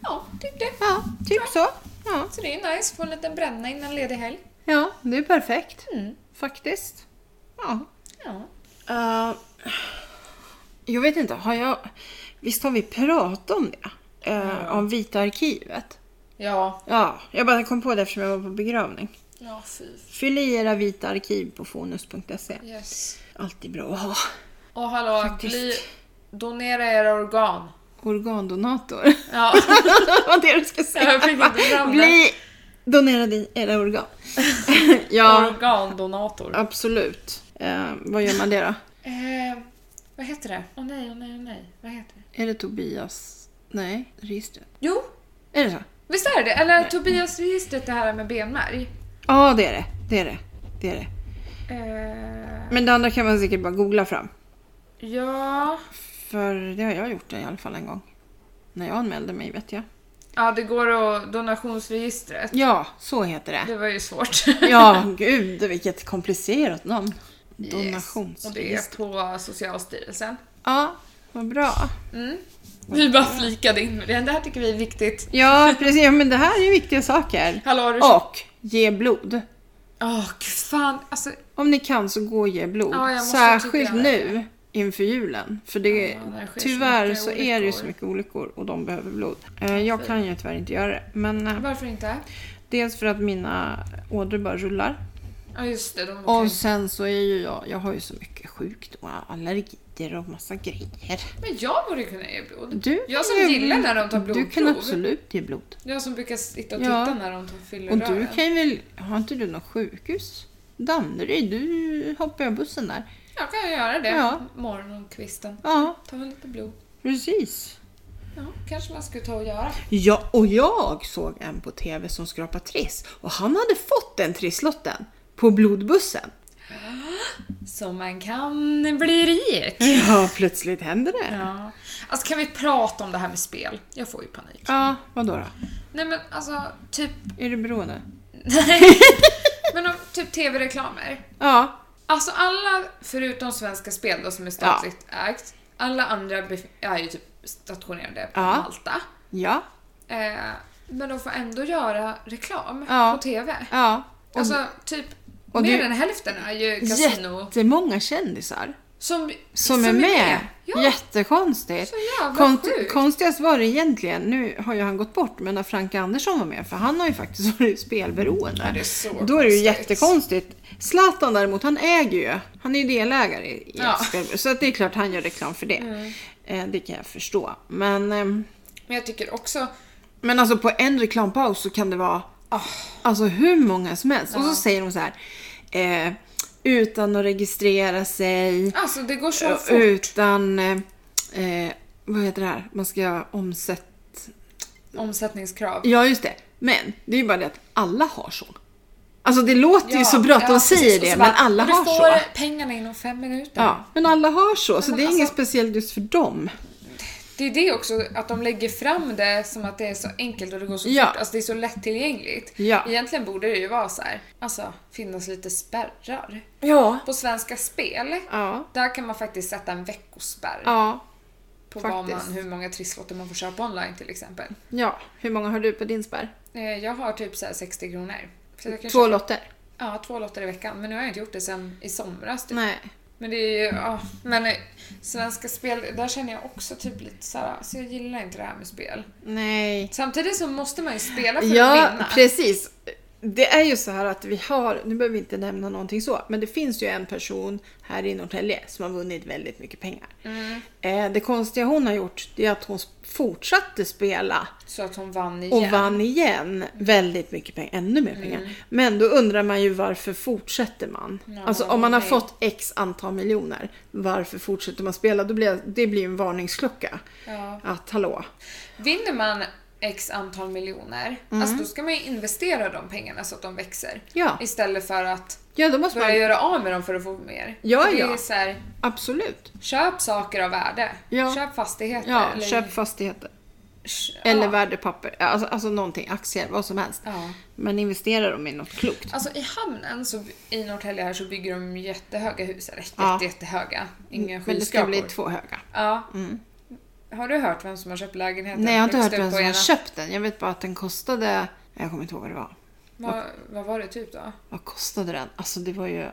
[SPEAKER 3] ja typ det.
[SPEAKER 1] Ja, typ så. Ja.
[SPEAKER 3] Så det är nice, få en liten bränna innan ledig helg.
[SPEAKER 1] ja, det är perfekt.
[SPEAKER 3] Mm.
[SPEAKER 1] Faktiskt. Ja.
[SPEAKER 3] Ja.
[SPEAKER 1] Eh, jag vet inte, har jag... Visst har vi pratat om det? Eh, Om Vita Arkivet?
[SPEAKER 3] Ja.
[SPEAKER 1] Ja, jag bara kom på det eftersom jag var på begravning.
[SPEAKER 3] Ja, fy.
[SPEAKER 1] Fyll i era vita arkiv på fonus.se.
[SPEAKER 3] Yes.
[SPEAKER 1] Alltid bra att ha.
[SPEAKER 3] Och hallå,
[SPEAKER 1] Faktiskt.
[SPEAKER 3] bli, donera era organ.
[SPEAKER 1] Organdonator. [laughs]
[SPEAKER 3] [laughs] Ja,
[SPEAKER 1] Det var det du skulle säga.
[SPEAKER 3] jag fick inte fram det.
[SPEAKER 1] Bli donerad i era organ. [laughs] ja,
[SPEAKER 3] Organdonator.
[SPEAKER 1] absolut. Eh, vad gör man det då?
[SPEAKER 3] Eh, vad heter det? Åh nej, åh nej, åh nej. Vad heter det?
[SPEAKER 1] Är det Tobias? Nej, registret.
[SPEAKER 3] Jo,
[SPEAKER 1] Är det så?
[SPEAKER 3] visst är det Eller Tobiasregistret, det här med benmärg.
[SPEAKER 1] Ja, det är det. Det är det. Det är det.
[SPEAKER 3] Eh,
[SPEAKER 1] Men det andra kan man säkert bara googla fram.
[SPEAKER 3] ja.
[SPEAKER 1] För det har jag gjort i alla fall en gång. När jag anmälde mig vet jag.
[SPEAKER 3] Ja, det går att donationsregistret.
[SPEAKER 1] Ja, så heter det.
[SPEAKER 3] Det var ju svårt.
[SPEAKER 1] [laughs]
[SPEAKER 3] [laughs]
[SPEAKER 1] Ja, gud vilket komplicerat namn.
[SPEAKER 3] Yes. Och det
[SPEAKER 1] Donationsregister.
[SPEAKER 3] är på Socialstyrelsen.
[SPEAKER 1] Ja, vad bra.
[SPEAKER 3] Vi bara flikade in med det. Det här tycker vi är viktigt.
[SPEAKER 1] Ja, precis. Ja, men det här är ju viktiga saker.
[SPEAKER 3] Hallå, har du
[SPEAKER 1] Och ge blod.
[SPEAKER 3] Åh, gud fan. Alltså,
[SPEAKER 1] Om ni kan så gå och ge blod.
[SPEAKER 3] Ja, jag måste
[SPEAKER 1] Särskilt
[SPEAKER 3] tycka det.
[SPEAKER 1] nu inför julen. För det,
[SPEAKER 3] Ja, det sker så
[SPEAKER 1] tyvärr
[SPEAKER 3] mycket
[SPEAKER 1] så, är det ju
[SPEAKER 3] olyckor.
[SPEAKER 1] så mycket olyckor och de behöver blod. Eh, Jag kan ju tyvärr inte göra det. Men eh,
[SPEAKER 3] varför inte?
[SPEAKER 1] dels för att mina ådror bara rullar.
[SPEAKER 3] Ja, just det. De
[SPEAKER 1] Och
[SPEAKER 3] åker.
[SPEAKER 1] sen så är ju jag, jag har ju så mycket sjukdomar, allergier och massa grejer.
[SPEAKER 3] Men jag borde kunna ge blod.
[SPEAKER 1] Du
[SPEAKER 3] Jag som
[SPEAKER 1] kan ju-
[SPEAKER 3] gillar när de tar
[SPEAKER 1] Du kan
[SPEAKER 3] blodprov.
[SPEAKER 1] absolut ge blod.
[SPEAKER 3] Jag som brukar sitta och
[SPEAKER 1] Ja.
[SPEAKER 3] titta när de tar- fyller
[SPEAKER 1] Och
[SPEAKER 3] rören.
[SPEAKER 1] du kan ju väl, har inte du något sjukhus? Danderyd, du hoppar ju av bussen där.
[SPEAKER 3] Jag kan göra det.
[SPEAKER 1] Ja.
[SPEAKER 3] Morgonkvisten.
[SPEAKER 1] Ja,
[SPEAKER 3] Ta väl lite blod.
[SPEAKER 1] precis.
[SPEAKER 3] Ja, kanske man skulle ta och göra.
[SPEAKER 1] Ja, och jag såg en på TV som skrapade triss och han hade fått den trisslotten på blodbussen.
[SPEAKER 3] Så man kan bli rik.
[SPEAKER 1] [laughs] Ja, plötsligt hände det.
[SPEAKER 3] Ja. Alltså kan vi prata om det här med spel? Jag får ju panik.
[SPEAKER 1] Ja, vadå då?
[SPEAKER 3] Nej men alltså,
[SPEAKER 1] [laughs]
[SPEAKER 3] typ...
[SPEAKER 1] Är du beroende?
[SPEAKER 3] Nej. men om, typ tv-reklamer.
[SPEAKER 1] Ja,
[SPEAKER 3] Alltså alla, förutom Svenska Spel då, som är statligt ägt, alla andra bef- är ju typ stationerade på
[SPEAKER 1] Ja.
[SPEAKER 3] Malta.
[SPEAKER 1] ja,
[SPEAKER 3] Eh, men de får ändå göra reklam
[SPEAKER 1] Ja.
[SPEAKER 3] på TV.
[SPEAKER 1] ja. Och
[SPEAKER 3] Alltså typ,
[SPEAKER 1] och
[SPEAKER 3] mer
[SPEAKER 1] det-
[SPEAKER 3] än hälften är ju kasino.
[SPEAKER 1] jättemånga kändisar
[SPEAKER 3] Som,
[SPEAKER 1] som är med.
[SPEAKER 3] Ja,
[SPEAKER 1] Jättekonstigt.
[SPEAKER 3] så jävla
[SPEAKER 1] Konst,
[SPEAKER 3] sjukt.
[SPEAKER 1] konstigast var det egentligen, nu har ju han gått bort, men när Frank Andersson var med, för han har ju faktiskt [laughs] varit spelberoende.
[SPEAKER 3] det är så
[SPEAKER 1] Då är det ju
[SPEAKER 3] konstigt.
[SPEAKER 1] jättekonstigt. Zlatan däremot, han äger ju, han är ju delägare i i
[SPEAKER 3] Ja. Mm.
[SPEAKER 1] ett spelbolag, så att det är klart han gör reklam för det. Eh, det kan jag förstå. Men, ehm,
[SPEAKER 3] Men jag tycker också,
[SPEAKER 1] men alltså på en reklampaus så kan det vara
[SPEAKER 3] Ah.
[SPEAKER 1] alltså hur många som helst. Och så säger de så här, eh, utan att registrera sig,
[SPEAKER 3] alltså det går så
[SPEAKER 1] Ja,
[SPEAKER 3] fort.
[SPEAKER 1] utan... eh, Eh, vad heter det här? Man ska omsätta...
[SPEAKER 3] Omsättningskrav.
[SPEAKER 1] Ja, just det. Men det är ju bara det att alla har så. Alltså det låter ju
[SPEAKER 3] Ja,
[SPEAKER 1] så bra att de
[SPEAKER 3] ja,
[SPEAKER 1] säger
[SPEAKER 3] precis. Och
[SPEAKER 1] det, men
[SPEAKER 3] så bara,
[SPEAKER 1] alla
[SPEAKER 3] och du
[SPEAKER 1] har
[SPEAKER 3] får
[SPEAKER 1] så.
[SPEAKER 3] pengarna inom fem minuter.
[SPEAKER 1] Ja, men alla har så, så
[SPEAKER 3] men
[SPEAKER 1] det är inget
[SPEAKER 3] alltså-
[SPEAKER 1] speciellt just för dem.
[SPEAKER 3] Det är det också, att de lägger fram det som att det är så enkelt och det går så
[SPEAKER 1] Ja.
[SPEAKER 3] fort. Alltså det är så lättillgängligt.
[SPEAKER 1] Ja.
[SPEAKER 3] Egentligen borde det ju vara så här. alltså finnas lite spärrar.
[SPEAKER 1] Ja.
[SPEAKER 3] På Svenska Spel,
[SPEAKER 1] Ja.
[SPEAKER 3] där kan man faktiskt sätta en veckospärr
[SPEAKER 1] Ja.
[SPEAKER 3] på vad man,
[SPEAKER 1] faktiskt.
[SPEAKER 3] hur många trisslotter man får köpa online till exempel.
[SPEAKER 1] Ja. Hur många har du på din spärr?
[SPEAKER 3] Eh, Jag har typ så här 60 kronor. Så jag kan
[SPEAKER 1] Två
[SPEAKER 3] köpa-
[SPEAKER 1] lotter.
[SPEAKER 3] ja, två lotter i veckan. Men nu har jag inte gjort det sen i somras. Typ.
[SPEAKER 1] Nej.
[SPEAKER 3] Men det är ju, ja. Men eh, Svenska Spel, där känner jag också typ lite såhär, alltså jag gillar inte det här med spel.
[SPEAKER 1] Nej.
[SPEAKER 3] Samtidigt så måste man ju spela för att
[SPEAKER 1] Ja,
[SPEAKER 3] vinna.
[SPEAKER 1] precis. Det är ju så här att vi har, nu behöver vi inte nämna någonting så, men det finns ju en person här i Norrtälje som har vunnit väldigt mycket pengar.
[SPEAKER 3] Mm.
[SPEAKER 1] Eh, Det konstiga hon har gjort det är att hon fortsatte spela
[SPEAKER 3] Så att hon vann igen. Mm.
[SPEAKER 1] och vann igen väldigt mycket pengar, ännu mer pengar. Men då undrar man ju varför fortsätter man?
[SPEAKER 3] Ja,
[SPEAKER 1] alltså om man har
[SPEAKER 3] nej.
[SPEAKER 1] fått x antal miljoner, varför fortsätter man spela? Då blir, det blir ju en varningsklocka.
[SPEAKER 3] Ja.
[SPEAKER 1] Att hallå,
[SPEAKER 3] Vinner man x antal miljoner, alltså då ska man ju investera de pengarna så att de växer.
[SPEAKER 1] Mm. Ja.
[SPEAKER 3] Istället för att
[SPEAKER 1] ja då måste
[SPEAKER 3] börja
[SPEAKER 1] man,
[SPEAKER 3] göra av med dem för att få mer.
[SPEAKER 1] Ja,
[SPEAKER 3] För det
[SPEAKER 1] ja.
[SPEAKER 3] Är så här,
[SPEAKER 1] absolut.
[SPEAKER 3] köp saker av värde.
[SPEAKER 1] Ja.
[SPEAKER 3] Köp fastigheter.
[SPEAKER 1] Ja,
[SPEAKER 3] eller-
[SPEAKER 1] köp fastigheter.
[SPEAKER 3] Sh-
[SPEAKER 1] Eller
[SPEAKER 3] ja.
[SPEAKER 1] värdepapper, alltså, alltså någonting, aktier, vad som helst.
[SPEAKER 3] Ja.
[SPEAKER 1] Men investera dem i något klokt.
[SPEAKER 3] Alltså i hamnen så, i Norrtälje här så bygger de jättehöga hus. Eller jätte,
[SPEAKER 1] Ja.
[SPEAKER 3] jättehöga. Inga
[SPEAKER 1] Men det ska
[SPEAKER 3] skyskrapor.
[SPEAKER 1] bli två höga.
[SPEAKER 3] Ja. Har du hört vem som har köpt lägenheten?
[SPEAKER 1] Nej, jag har inte
[SPEAKER 3] högst
[SPEAKER 1] hört
[SPEAKER 3] upp
[SPEAKER 1] vem
[SPEAKER 3] på
[SPEAKER 1] som har
[SPEAKER 3] ena?
[SPEAKER 1] köpt den. Jag vet bara att den kostade, jag kommer inte ihåg vad det var.
[SPEAKER 3] Vad, vad var det typ då?
[SPEAKER 1] Vad kostade den? Alltså det var ju...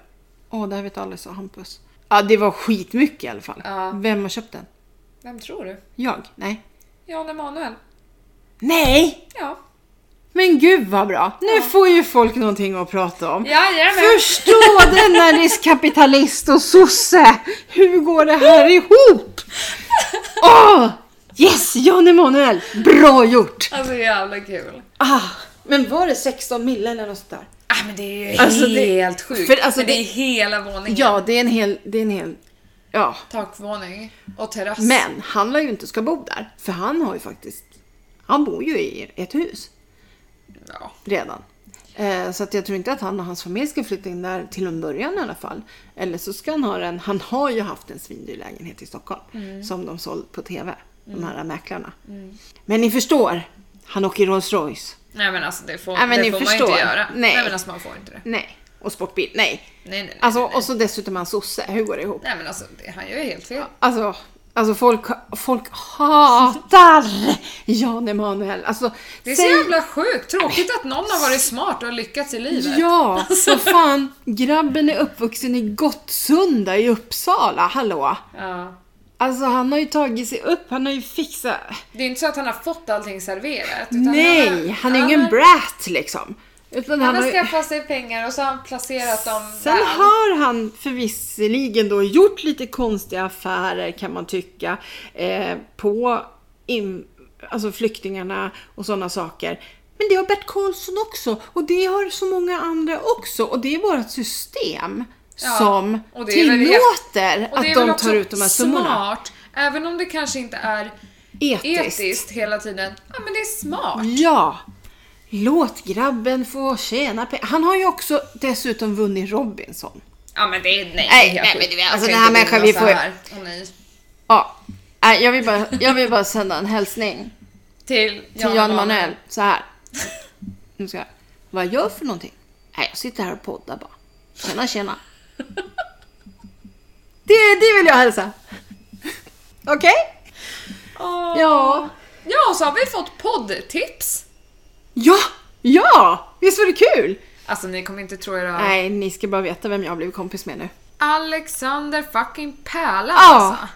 [SPEAKER 1] Åh, det här vet Alice och Hampus. Ja, det var skitmycket i alla fall.
[SPEAKER 3] Ja.
[SPEAKER 1] Vem har köpt den?
[SPEAKER 3] Vem tror du?
[SPEAKER 1] Jag? Nej.
[SPEAKER 3] Jan Emanuel.
[SPEAKER 1] Nej!
[SPEAKER 3] Ja.
[SPEAKER 1] Men gud vad bra! Nu får ju folk någonting att prata om.
[SPEAKER 3] Jajamän!
[SPEAKER 1] Förstå denna riskkapitalist och sosse! Hur går det här ihop? Åh! Yes! Jan Emanuel! Bra gjort!
[SPEAKER 3] Alltså jävla kul.
[SPEAKER 1] Ah, men var det 16 mille eller något sånt där?
[SPEAKER 3] Ah, men det är ju
[SPEAKER 1] Alltså, det-
[SPEAKER 3] helt sjukt.
[SPEAKER 1] för alltså,
[SPEAKER 3] men det,
[SPEAKER 1] det-
[SPEAKER 3] är hela våningen.
[SPEAKER 1] Ja, det är en hel... Det är en hel ja.
[SPEAKER 3] Takvåning och terrass.
[SPEAKER 1] Men han lär ju inte ska bo där. För han har ju faktiskt... Han bor ju i ett hus
[SPEAKER 3] Ja.
[SPEAKER 1] redan. Eh, så att jag tror inte att han och hans familj ska flytta in där till en början i alla fall. Eller så ska han ha den... Han har ju haft en svindyr lägenhet i Stockholm.
[SPEAKER 3] Mm.
[SPEAKER 1] Som de sålt på TV. De här mäklarna. Men ni förstår. Han åker Rolls Royce.
[SPEAKER 3] Nej men alltså det får,
[SPEAKER 1] Nej, men
[SPEAKER 3] det
[SPEAKER 1] ni
[SPEAKER 3] får
[SPEAKER 1] förstår.
[SPEAKER 3] man inte göra.
[SPEAKER 1] Nej.
[SPEAKER 3] men alltså man får inte det.
[SPEAKER 1] Nej. Och sportbil. Nej.
[SPEAKER 3] Nej nej nej.
[SPEAKER 1] Alltså,
[SPEAKER 3] nej, nej.
[SPEAKER 1] och så dessutom är han sosse. Hur går det ihop?
[SPEAKER 3] nej men alltså det, han gör ju helt fel.
[SPEAKER 1] Alltså, alltså folk, folk
[SPEAKER 3] [laughs]
[SPEAKER 1] hatar Jan Emanuel. Alltså,
[SPEAKER 3] Det är så
[SPEAKER 1] säg-
[SPEAKER 3] jävla sjukt. Tråkigt att någon har varit smart och lyckats i livet. Alltså.
[SPEAKER 1] Ja, så fan. Grabben är uppvuxen i Gottsunda i Uppsala. Hallå!
[SPEAKER 3] Ja.
[SPEAKER 1] Alltså han har ju tagit sig upp, han har ju fixat...
[SPEAKER 3] Det är inte så att han har fått allting serverat. utan
[SPEAKER 1] Nej, han är ju ingen
[SPEAKER 3] har-
[SPEAKER 1] brat liksom. Utan
[SPEAKER 3] Han
[SPEAKER 1] han har,
[SPEAKER 3] har skaffat sig pengar och så har han placerat dem
[SPEAKER 1] sen har han förvisserligen då gjort lite konstiga affärer kan man tycka. Eh, på in, alltså flyktingarna och sådana saker. Men det har Bert Karlsson också och det har så många andra också och det är vårt system
[SPEAKER 3] Ja,
[SPEAKER 1] som
[SPEAKER 3] och det är väl
[SPEAKER 1] tillåter
[SPEAKER 3] Och det
[SPEAKER 1] att
[SPEAKER 3] är väl
[SPEAKER 1] de
[SPEAKER 3] också
[SPEAKER 1] tar ut de här summorna.
[SPEAKER 3] smart, även om det kanske inte är
[SPEAKER 1] Etiskt. Mm.
[SPEAKER 3] etiskt, hela tiden. Ja, men det är smart.
[SPEAKER 1] Ja! Låt grabben få tjäna pengar. Han har ju också dessutom vunnit Robinson.
[SPEAKER 3] Ja, men det är nej.
[SPEAKER 1] Nej,
[SPEAKER 3] det är
[SPEAKER 1] nej,
[SPEAKER 3] skit.
[SPEAKER 1] men det är- alltså,
[SPEAKER 3] Jag
[SPEAKER 1] den
[SPEAKER 3] kan
[SPEAKER 1] här
[SPEAKER 3] inte
[SPEAKER 1] människan,
[SPEAKER 3] vinna
[SPEAKER 1] vi
[SPEAKER 3] så
[SPEAKER 1] får ju-
[SPEAKER 3] här. Åh, nej.
[SPEAKER 1] Ja, nej, jag vill bara, jag vill bara sända en hälsning.
[SPEAKER 3] Till
[SPEAKER 1] till Jan Emanuel så här. Nu ska jag. Vad jag gör för någonting? Nej, jag sitter här och poddar bara. Tjena, tjena. Det, det vill jag hälsa. Okej?
[SPEAKER 3] Åh.
[SPEAKER 1] Ja.
[SPEAKER 3] Ja, så har vi fått poddtips.
[SPEAKER 1] Ja! Ja! Visst var det kul?
[SPEAKER 3] Alltså ni kommer inte tro era...
[SPEAKER 1] Nej, ni ska bara veta vem jag har blivit kompis med nu.
[SPEAKER 3] Alexander fucking Pärlan
[SPEAKER 1] Ja.
[SPEAKER 3] alltså.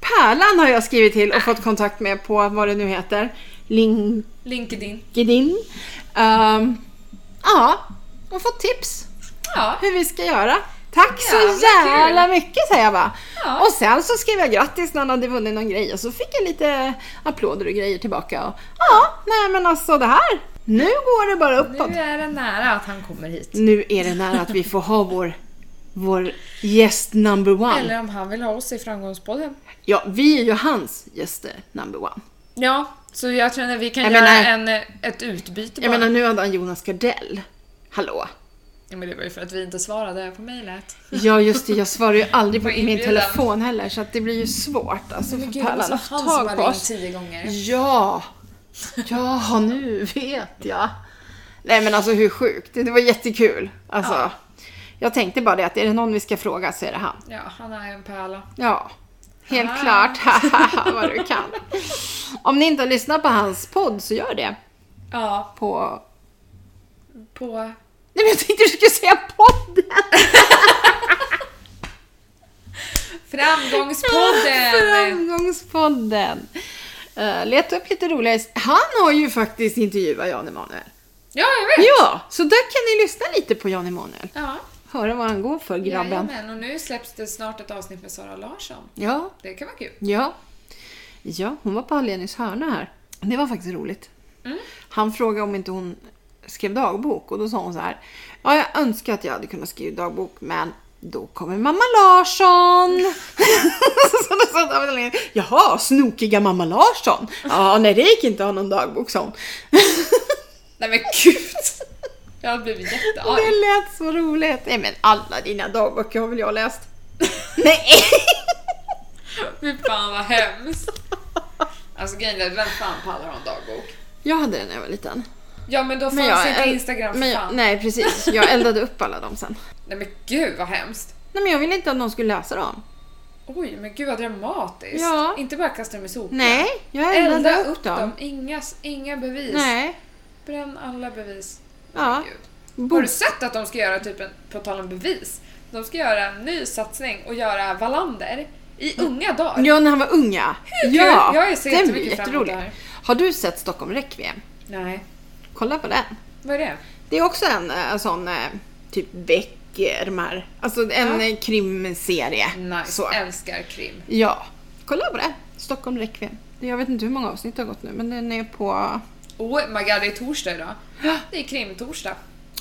[SPEAKER 1] Pärlan har jag skrivit till och fått kontakt med på vad det nu heter. LinkedIn.
[SPEAKER 3] LinkedIn.
[SPEAKER 1] Ehm, ja, och fått tips.
[SPEAKER 3] Ja.
[SPEAKER 1] hur vi ska göra. Tack så
[SPEAKER 3] Jävla kul.
[SPEAKER 1] jävla mycket säger jag bara.
[SPEAKER 3] Ja.
[SPEAKER 1] Och sen så skrev jag grattis när han hade vunnit någon grej och så fick jag lite applåder och grejer tillbaka. Och, ja, nej men alltså det här. Nu går det bara uppåt.
[SPEAKER 3] Nu är det nära att han kommer hit.
[SPEAKER 1] Nu är det nära att vi får ha vår, vår gäst number one.
[SPEAKER 3] Eller om han vill ha oss i Framgångspodden.
[SPEAKER 1] Ja, vi är ju hans gäster number one.
[SPEAKER 3] Ja, så jag tror att vi kan
[SPEAKER 1] Jag
[SPEAKER 3] göra
[SPEAKER 1] menar-
[SPEAKER 3] en, ett utbyte bara.
[SPEAKER 1] Jag menar nu hade han Jonas Gardell. Hallå?
[SPEAKER 3] Ja, men det var ju för att vi inte svarade på mejlet.
[SPEAKER 1] Ja just det, jag svarar ju aldrig på
[SPEAKER 3] På
[SPEAKER 1] min
[SPEAKER 3] inbjudan.
[SPEAKER 1] telefon heller så att det blir ju svårt alltså för
[SPEAKER 3] Gud, det var
[SPEAKER 1] Pärlan
[SPEAKER 3] som
[SPEAKER 1] att få
[SPEAKER 3] han som
[SPEAKER 1] tag på
[SPEAKER 3] hade ringt
[SPEAKER 1] oss.
[SPEAKER 3] tio
[SPEAKER 1] Mm.
[SPEAKER 3] gånger.
[SPEAKER 1] Ja! Ja, nu vet jag. Nej men alltså hur sjukt. Det var jättekul. Alltså, Jag tänkte bara det att är det någon vi ska fråga så är det han.
[SPEAKER 3] Ja, han är en pärla.
[SPEAKER 1] Ja, helt
[SPEAKER 3] Ah.
[SPEAKER 1] klart. [laughs] vad du kan. Om ni inte har lyssnat på hans podd så gör det.
[SPEAKER 3] Ja,
[SPEAKER 1] På
[SPEAKER 3] på
[SPEAKER 1] Nej men jag tänkte du skulle säga podden!
[SPEAKER 3] Framgångspodden!
[SPEAKER 1] [laughs] Framgångspodden! Eh, leta upp lite roliga... Han har ju faktiskt intervjuat Jan Emanuel.
[SPEAKER 3] Ja, jag vet!
[SPEAKER 1] Ja, så där kan ni lyssna lite på Jan Emanuel.
[SPEAKER 3] Ja,
[SPEAKER 1] Höra vad han går för, grabben.
[SPEAKER 3] jajamän. Och nu släpps det snart ett avsnitt med Sara Larsson.
[SPEAKER 1] Ja,
[SPEAKER 3] Det kan vara kul.
[SPEAKER 1] ja. Ja, hon var på Hallenius hörna här. Det var faktiskt roligt. Han frågade om inte hon skrev dagbok och då sa hon så här. Ja, jag önskar att jag hade kunnat skriva dagbok men då kommer mamma Larsson. [laughs] så då sa David Jaha, snokiga mamma Larsson. Ja, nej det gick inte att ha någon dagbok sa hon. [laughs]
[SPEAKER 3] Nej men gud! Jag har blivit
[SPEAKER 1] Det
[SPEAKER 3] jättearg.
[SPEAKER 1] lät så roligt. Nej men alla dina dagböcker har väl jag läst? Nej! [laughs]
[SPEAKER 3] Fy fan vad hemskt. Alltså grejen är, vem fan pallar ha en dagbok?
[SPEAKER 1] Jag hade den när jag var liten.
[SPEAKER 3] Ja men då fanns
[SPEAKER 1] Men jag,
[SPEAKER 3] inte
[SPEAKER 1] eld-
[SPEAKER 3] Instagram
[SPEAKER 1] men
[SPEAKER 3] för
[SPEAKER 1] jag,
[SPEAKER 3] fan.
[SPEAKER 1] Nej precis,
[SPEAKER 3] [laughs]
[SPEAKER 1] jag eldade upp alla dem sen.
[SPEAKER 3] Nej men gud vad hemskt.
[SPEAKER 1] Nej men jag ville inte att någon skulle läsa dem.
[SPEAKER 3] Oj men gud vad dramatiskt.
[SPEAKER 1] Ja.
[SPEAKER 3] Inte bara kasta dem i soporna.
[SPEAKER 1] Nej, jag eldade
[SPEAKER 3] Elda
[SPEAKER 1] upp, dem.
[SPEAKER 3] Inga, inga bevis.
[SPEAKER 1] Nej,
[SPEAKER 3] Bränn alla bevis.
[SPEAKER 1] ja.
[SPEAKER 3] Gud.
[SPEAKER 1] Bo-
[SPEAKER 3] Har du sett att de ska göra, typ en, på tal om bevis, de ska göra en ny satsning och göra Wallander i unga dagar.
[SPEAKER 1] Ja, när han var unga.
[SPEAKER 3] kul?
[SPEAKER 1] Ja,
[SPEAKER 3] Jag ser
[SPEAKER 1] den blir
[SPEAKER 3] jättemycket fram emot
[SPEAKER 1] jätterolig.
[SPEAKER 3] det här.
[SPEAKER 1] Har du sett Stockholm Requiem?
[SPEAKER 3] Nej,
[SPEAKER 1] Kolla på den.
[SPEAKER 3] vad är det?
[SPEAKER 1] Det är också en eh, sån eh, typ Beckermar, alltså en
[SPEAKER 3] Ja.
[SPEAKER 1] eh, krimserie.
[SPEAKER 3] Nice,
[SPEAKER 1] Så.
[SPEAKER 3] älskar krim.
[SPEAKER 1] Ja, kolla på det. Stockholm Requiem. Jag vet inte hur många avsnitt det har gått nu, men den är på...
[SPEAKER 3] Oh my god, det är torsdag idag. Det är krimtorsdag.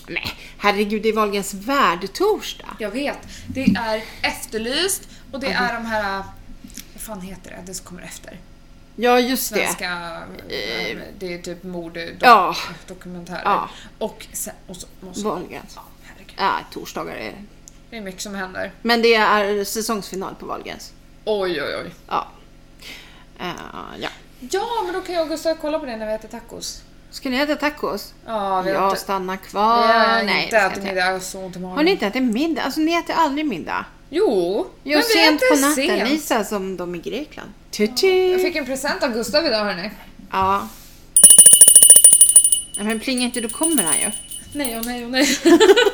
[SPEAKER 1] Nej, herregud, det är Wahlgrens värld-torsdag.
[SPEAKER 3] Jag vet. Det är Efterlyst och det är de här... Vad fan heter det? Det som kommer efter.
[SPEAKER 1] Ja, just det.
[SPEAKER 3] Svenska...
[SPEAKER 1] Eh,
[SPEAKER 3] Det är typ
[SPEAKER 1] ja.
[SPEAKER 3] morddokumentärer.
[SPEAKER 1] Ja.
[SPEAKER 3] Och sen... Och så, och så,
[SPEAKER 1] Wahlgrens.
[SPEAKER 3] ja, herregud.
[SPEAKER 1] Ja, torsdagar är det.
[SPEAKER 3] Det är mycket som händer.
[SPEAKER 1] Men det är säsongsfinal på Wahlgrens.
[SPEAKER 3] Oj, oj, oj.
[SPEAKER 1] Ja. Eh, ja.
[SPEAKER 3] Ja, men då kan jag och Gustav kolla på det när vi äter tacos.
[SPEAKER 1] Ska ni äta tacos?
[SPEAKER 3] Ja, vi har
[SPEAKER 1] Jag
[SPEAKER 3] inte,
[SPEAKER 1] stannar
[SPEAKER 3] vi
[SPEAKER 1] kvar.
[SPEAKER 3] har
[SPEAKER 1] Nej,
[SPEAKER 3] inte
[SPEAKER 1] det ska
[SPEAKER 3] ätit
[SPEAKER 1] jag
[SPEAKER 3] middag. Jag har så ont i magen.
[SPEAKER 1] Har ni inte ätit middag? Alltså ni äter aldrig middag.
[SPEAKER 3] Jo,
[SPEAKER 1] Jo,
[SPEAKER 3] men vi
[SPEAKER 1] sent
[SPEAKER 3] äter
[SPEAKER 1] på natten. Ni är
[SPEAKER 3] sent.
[SPEAKER 1] så här som de i Grekland. Tutu!
[SPEAKER 3] Jag fick en present av Gustav idag hörni.
[SPEAKER 1] Ja. Nej, Men plinga inte, då kommer han ju.
[SPEAKER 3] Nej, och nej, och nej.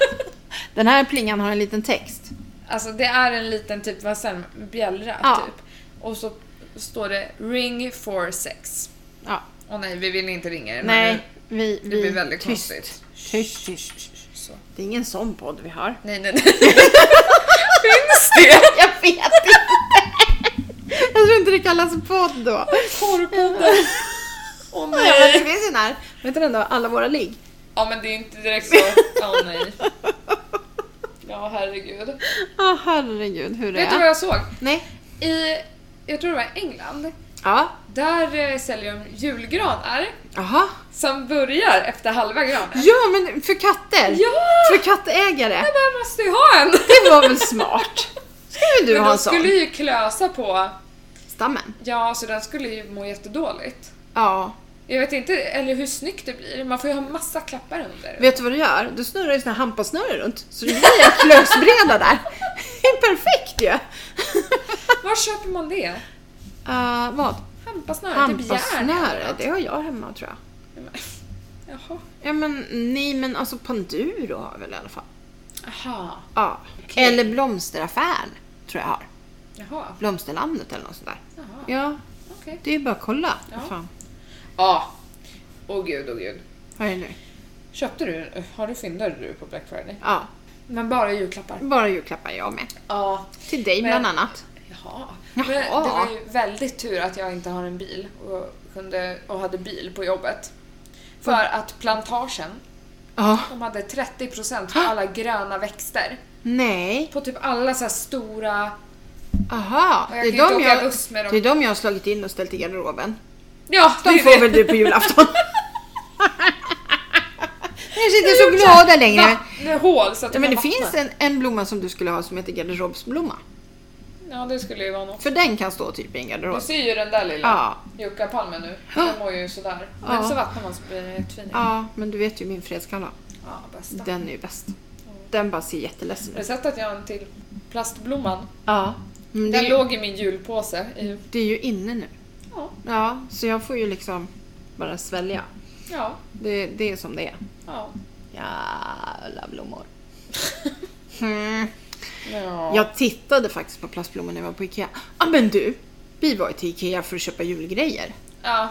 [SPEAKER 3] [laughs]
[SPEAKER 1] Den här plingan har en liten text.
[SPEAKER 3] Alltså det är en liten typ, vad säger man, bjällra
[SPEAKER 1] Ja.
[SPEAKER 3] typ. Och så står det ring for sex.
[SPEAKER 1] Ja.
[SPEAKER 3] Och nej, vi vill inte ringa er. men
[SPEAKER 1] Nej, vi... vi
[SPEAKER 3] Det blir väldigt
[SPEAKER 1] tyst.
[SPEAKER 3] konstigt.
[SPEAKER 1] Tyst, tyst.
[SPEAKER 3] nu- Så.
[SPEAKER 1] Det är ingen sån podd vi har.
[SPEAKER 3] Nej, nej, [laughs] nej. Finns det?
[SPEAKER 1] Jag vet inte! Jag tror inte det kallas podd då.
[SPEAKER 3] Porrpodden. Åh
[SPEAKER 1] Ja, men det
[SPEAKER 3] nej.
[SPEAKER 1] finns ju den här. Vet du den då? Alla våra ligg.
[SPEAKER 3] Ja, men det är inte direkt så. Åh nej. Ja, herregud.
[SPEAKER 1] Ja, herregud. Hur är
[SPEAKER 3] Vet du vad
[SPEAKER 1] det?
[SPEAKER 3] jag såg?
[SPEAKER 1] Nej.
[SPEAKER 3] I, jag tror det var England,
[SPEAKER 1] Ja.
[SPEAKER 3] där eh, säljer de julgranar
[SPEAKER 1] Jaha.
[SPEAKER 3] som börjar efter halva granen.
[SPEAKER 1] Ja, men för katter.
[SPEAKER 3] Ja!
[SPEAKER 1] För kattägare.
[SPEAKER 3] Jag måste ju ha en!
[SPEAKER 1] Det var väl smart? Ska väl du
[SPEAKER 3] Men
[SPEAKER 1] ha
[SPEAKER 3] de
[SPEAKER 1] en sån?
[SPEAKER 3] skulle ju klösa på,
[SPEAKER 1] Stammen?
[SPEAKER 3] ja så den skulle ju må jättedåligt.
[SPEAKER 1] Ja.
[SPEAKER 3] Jag vet inte, eller hur snyggt det blir, man får ju ha massa klappar under.
[SPEAKER 1] Vet du vad du gör? Du snurrar ju såna här hampasnöre runt. Så det blir en klösbreda där. Det är perfekt ju!
[SPEAKER 3] Var köper man det?
[SPEAKER 1] Uh, vad?
[SPEAKER 3] Hampasnöre? Typ järn?
[SPEAKER 1] Hampasnöre?
[SPEAKER 3] eller
[SPEAKER 1] Det har jag hemma tror jag.
[SPEAKER 3] något. Jaha.
[SPEAKER 1] Ja men nej men alltså Panduro har jag väl i alla fall.
[SPEAKER 3] Aha.
[SPEAKER 1] Ja. Eller blomsteraffären tror jag har.
[SPEAKER 3] Jaha.
[SPEAKER 1] Blomsterlandet eller något sånt där.
[SPEAKER 3] Jaha.
[SPEAKER 1] Ja,
[SPEAKER 3] Okej.
[SPEAKER 1] det är bara att kolla.
[SPEAKER 3] Ja.
[SPEAKER 1] Vad fan.
[SPEAKER 3] Ja. Åh gud, åh gud.
[SPEAKER 1] Vad är det nu?
[SPEAKER 3] Köpte du, har du fyndade du på Black Friday?
[SPEAKER 1] Ja,
[SPEAKER 3] Men bara julklappar?
[SPEAKER 1] bara julklappar jag med.
[SPEAKER 3] Ja.
[SPEAKER 1] Till dig
[SPEAKER 3] Men-
[SPEAKER 1] bland annat.
[SPEAKER 3] Jaha.
[SPEAKER 1] Jaha.
[SPEAKER 3] Men det var ju väldigt tur att jag inte har en bil och, kunde, och hade bil på jobbet. För att plantagen,
[SPEAKER 1] Ja.
[SPEAKER 3] de hade 30% på alla gröna växter.
[SPEAKER 1] Nej.
[SPEAKER 3] På typ alla så här stora...
[SPEAKER 1] Aha.
[SPEAKER 3] Och jag
[SPEAKER 1] Det är,
[SPEAKER 3] kan ju
[SPEAKER 1] de
[SPEAKER 3] inte åka
[SPEAKER 1] jag,
[SPEAKER 3] buss med dem.
[SPEAKER 1] det är de jag har slagit in och ställt i garderoben.
[SPEAKER 3] Ja, det
[SPEAKER 1] De
[SPEAKER 3] är
[SPEAKER 1] får
[SPEAKER 3] det.
[SPEAKER 1] väl du på julafton. [laughs] Ni kanske inte är så glada längre.
[SPEAKER 3] Va? Det är hål så att
[SPEAKER 1] Ja,
[SPEAKER 3] du
[SPEAKER 1] men det
[SPEAKER 3] kan vattna.
[SPEAKER 1] finns en, en blomma som du skulle ha som heter garderobsblomma.
[SPEAKER 3] Ja, det skulle ju vara något.
[SPEAKER 1] För den kan stå typ i en
[SPEAKER 3] Du
[SPEAKER 1] garderob.
[SPEAKER 3] ser ju den där lilla
[SPEAKER 1] Ja.
[SPEAKER 3] juckapalmen nu. Den mår ju sådär. Men
[SPEAKER 1] Ja.
[SPEAKER 3] så vattnar man så blir den jättefin. Ja,
[SPEAKER 1] Ja, men du vet ju min fredskalla.
[SPEAKER 3] bästa.
[SPEAKER 1] Den är ju bäst. Den bara ser jätteledsen
[SPEAKER 3] Har du
[SPEAKER 1] ut.
[SPEAKER 3] sett att jag har en till? Plastblomman.
[SPEAKER 1] Ja. Men det,
[SPEAKER 3] Den
[SPEAKER 1] är ju-
[SPEAKER 3] låg i min julpåse. I,
[SPEAKER 1] det är ju inne nu.
[SPEAKER 3] ja,
[SPEAKER 1] Ja, så jag får ju liksom bara svälja.
[SPEAKER 3] ja,
[SPEAKER 1] Det, det är som det är.
[SPEAKER 3] ja.
[SPEAKER 1] Jävla [laughs] blommor. Mm.
[SPEAKER 3] Ja.
[SPEAKER 1] Jag tittade faktiskt på plastblommor när jag var på IKEA. ah, men du, vi var ju till IKEA för att köpa julgrejer.
[SPEAKER 3] ja.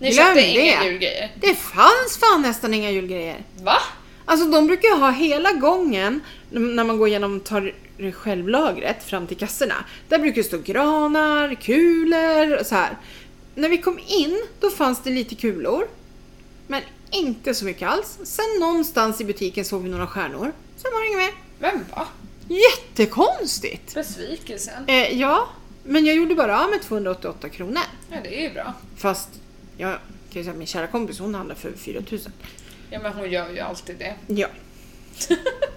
[SPEAKER 3] Ni
[SPEAKER 1] Glöm
[SPEAKER 3] köpte inga
[SPEAKER 1] det.
[SPEAKER 3] julgrejer?
[SPEAKER 1] Det fanns fan nästan inga julgrejer.
[SPEAKER 3] Va?
[SPEAKER 1] Alltså de brukar ju ha hela gången n- när man går igenom tar självlagret fram till kassorna. Där brukar det stå granar, kulor och så här. När vi kom in då fanns det lite kulor. Men inte så mycket alls. Sen någonstans i butiken såg vi några stjärnor. Sen var det inget mer.
[SPEAKER 3] Men va?
[SPEAKER 1] Jättekonstigt!
[SPEAKER 3] Besvikelsen.
[SPEAKER 1] Eh, ja, men jag gjorde bara av med 288 kronor.
[SPEAKER 3] Ja, det är ju bra.
[SPEAKER 1] Fast jag kan ju säga att min kära kompis hon handlar för 4000.
[SPEAKER 3] Ja, men hon gör ju alltid det.
[SPEAKER 1] [laughs] Ja.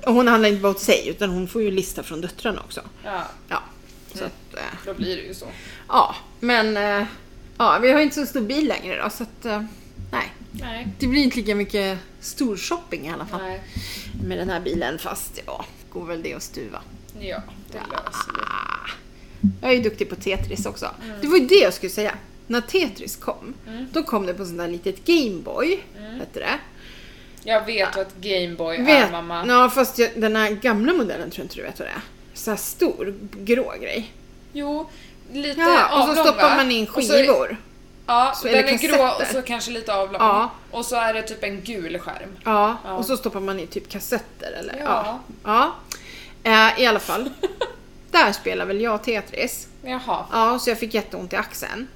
[SPEAKER 1] Och hon handlar inte bara åt sig utan hon får ju lista från döttrarna också.
[SPEAKER 3] Ja,
[SPEAKER 1] Ja. Så att, eh,
[SPEAKER 3] då blir det ju så.
[SPEAKER 1] ja, men eh, ja, vi har ju inte så stor bil längre då så att eh, nej.
[SPEAKER 3] Nej.
[SPEAKER 1] Det blir inte lika mycket storshopping i alla fall
[SPEAKER 3] Nej.
[SPEAKER 1] med den här bilen fast ja, går väl det att stuva.
[SPEAKER 3] Ja, det löser vi.
[SPEAKER 1] Ah, jag är ju duktig på Tetris också. Det var ju det jag skulle säga. När Tetris kom, då kom det på sån där litet Gameboy, hette det.
[SPEAKER 3] Jag vet vad ett Gameboy är
[SPEAKER 1] Vet,
[SPEAKER 3] mamma.
[SPEAKER 1] Ja, fast jag, den här gamla modellen tror jag inte du vet vad det är. Så här stor, grå grej.
[SPEAKER 3] Jo, lite
[SPEAKER 1] Ja, och så
[SPEAKER 3] avlång,
[SPEAKER 1] stoppar
[SPEAKER 3] va?
[SPEAKER 1] man in
[SPEAKER 3] Och så-
[SPEAKER 1] skivor.
[SPEAKER 3] Ja,
[SPEAKER 1] Så-
[SPEAKER 3] den
[SPEAKER 1] eller
[SPEAKER 3] är grå och
[SPEAKER 1] kassetter.
[SPEAKER 3] så kanske lite avlång.
[SPEAKER 1] Ja.
[SPEAKER 3] Och så är det typ en gul skärm.
[SPEAKER 1] Ja,
[SPEAKER 3] Ja.
[SPEAKER 1] och så stoppar man i typ kassetter eller
[SPEAKER 3] Ja.
[SPEAKER 1] ja. ja. Eh, I alla
[SPEAKER 3] [laughs]
[SPEAKER 1] fall. Där spelar väl jag Tetris.
[SPEAKER 3] Jaha.
[SPEAKER 1] Ja, så jag fick jätteont i axeln.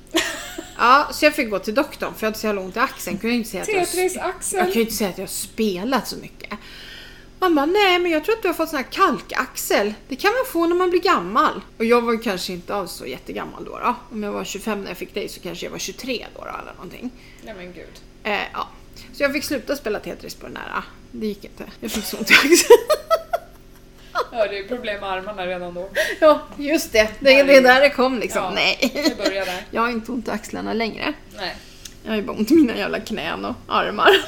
[SPEAKER 1] Ja, så jag fick gå till doktorn för jag hade så jävla ont i axeln. Kunde inte säga att jag,
[SPEAKER 3] Tetris
[SPEAKER 1] jag kan ju
[SPEAKER 3] axel.
[SPEAKER 1] inte säga att jag har spelat så mycket. Han bara, nej men jag tror att du har fått sån här kalkaxel. Det kan man få när man blir gammal. Och jag var ju kanske inte alls så jättegammal då. då. Om jag var 25 när jag fick dig så kanske jag var 23 då, då eller någonting.
[SPEAKER 3] Nej men gud.
[SPEAKER 1] Eh, ja. Så jag fick sluta spela Tetris på den här. Det gick inte. Jag fick så ont i axeln. [laughs]
[SPEAKER 3] Ja, det är problem med armarna redan då.
[SPEAKER 1] Ja, just det. Det, det är där det kom liksom.
[SPEAKER 3] Ja,
[SPEAKER 1] Nej.
[SPEAKER 3] det börjar där.
[SPEAKER 1] [laughs] Jag har inte ont i axlarna längre.
[SPEAKER 3] Nej.
[SPEAKER 1] Jag har ju bara ont i mina jävla knän och armar. [laughs]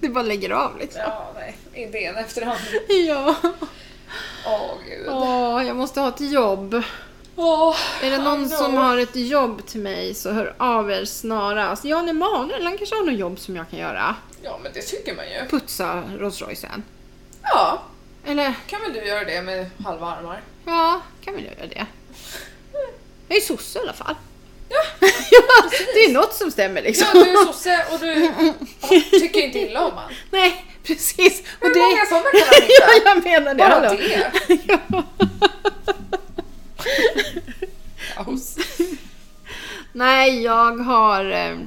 [SPEAKER 1] Det bara lägger av liksom.
[SPEAKER 3] Ja, nej. Idén efterhand.
[SPEAKER 1] Ja.
[SPEAKER 3] Åh gud.
[SPEAKER 1] Åh, jag måste ha ett jobb.
[SPEAKER 3] Åh,
[SPEAKER 1] Är det någon
[SPEAKER 3] I know.
[SPEAKER 1] som har ett jobb till mig så hör av er snarast. Jan Emanuel, han kanske har något jobb som jag kan göra.
[SPEAKER 3] Ja, men det tycker man ju.
[SPEAKER 1] Putsa Rolls Roycen.
[SPEAKER 3] Ja,
[SPEAKER 1] Eller,
[SPEAKER 3] kan väl du göra det med halva armar?
[SPEAKER 1] ja, kan väl jag göra det. Jag är sosse i alla fall.
[SPEAKER 3] Ja,
[SPEAKER 1] [laughs] Ja, det är något som stämmer liksom.
[SPEAKER 3] ja du är sosse och du ja, tycker inte illa om han.
[SPEAKER 1] [laughs] Nej, precis. Och
[SPEAKER 3] Hur
[SPEAKER 1] det...
[SPEAKER 3] många sådana kan han hitta?
[SPEAKER 1] [laughs] ja, jag menar det.
[SPEAKER 3] Bara
[SPEAKER 1] hallå.
[SPEAKER 3] det?
[SPEAKER 1] [laughs] ja.
[SPEAKER 3] Kaos.
[SPEAKER 1] Nej, jag har... eh,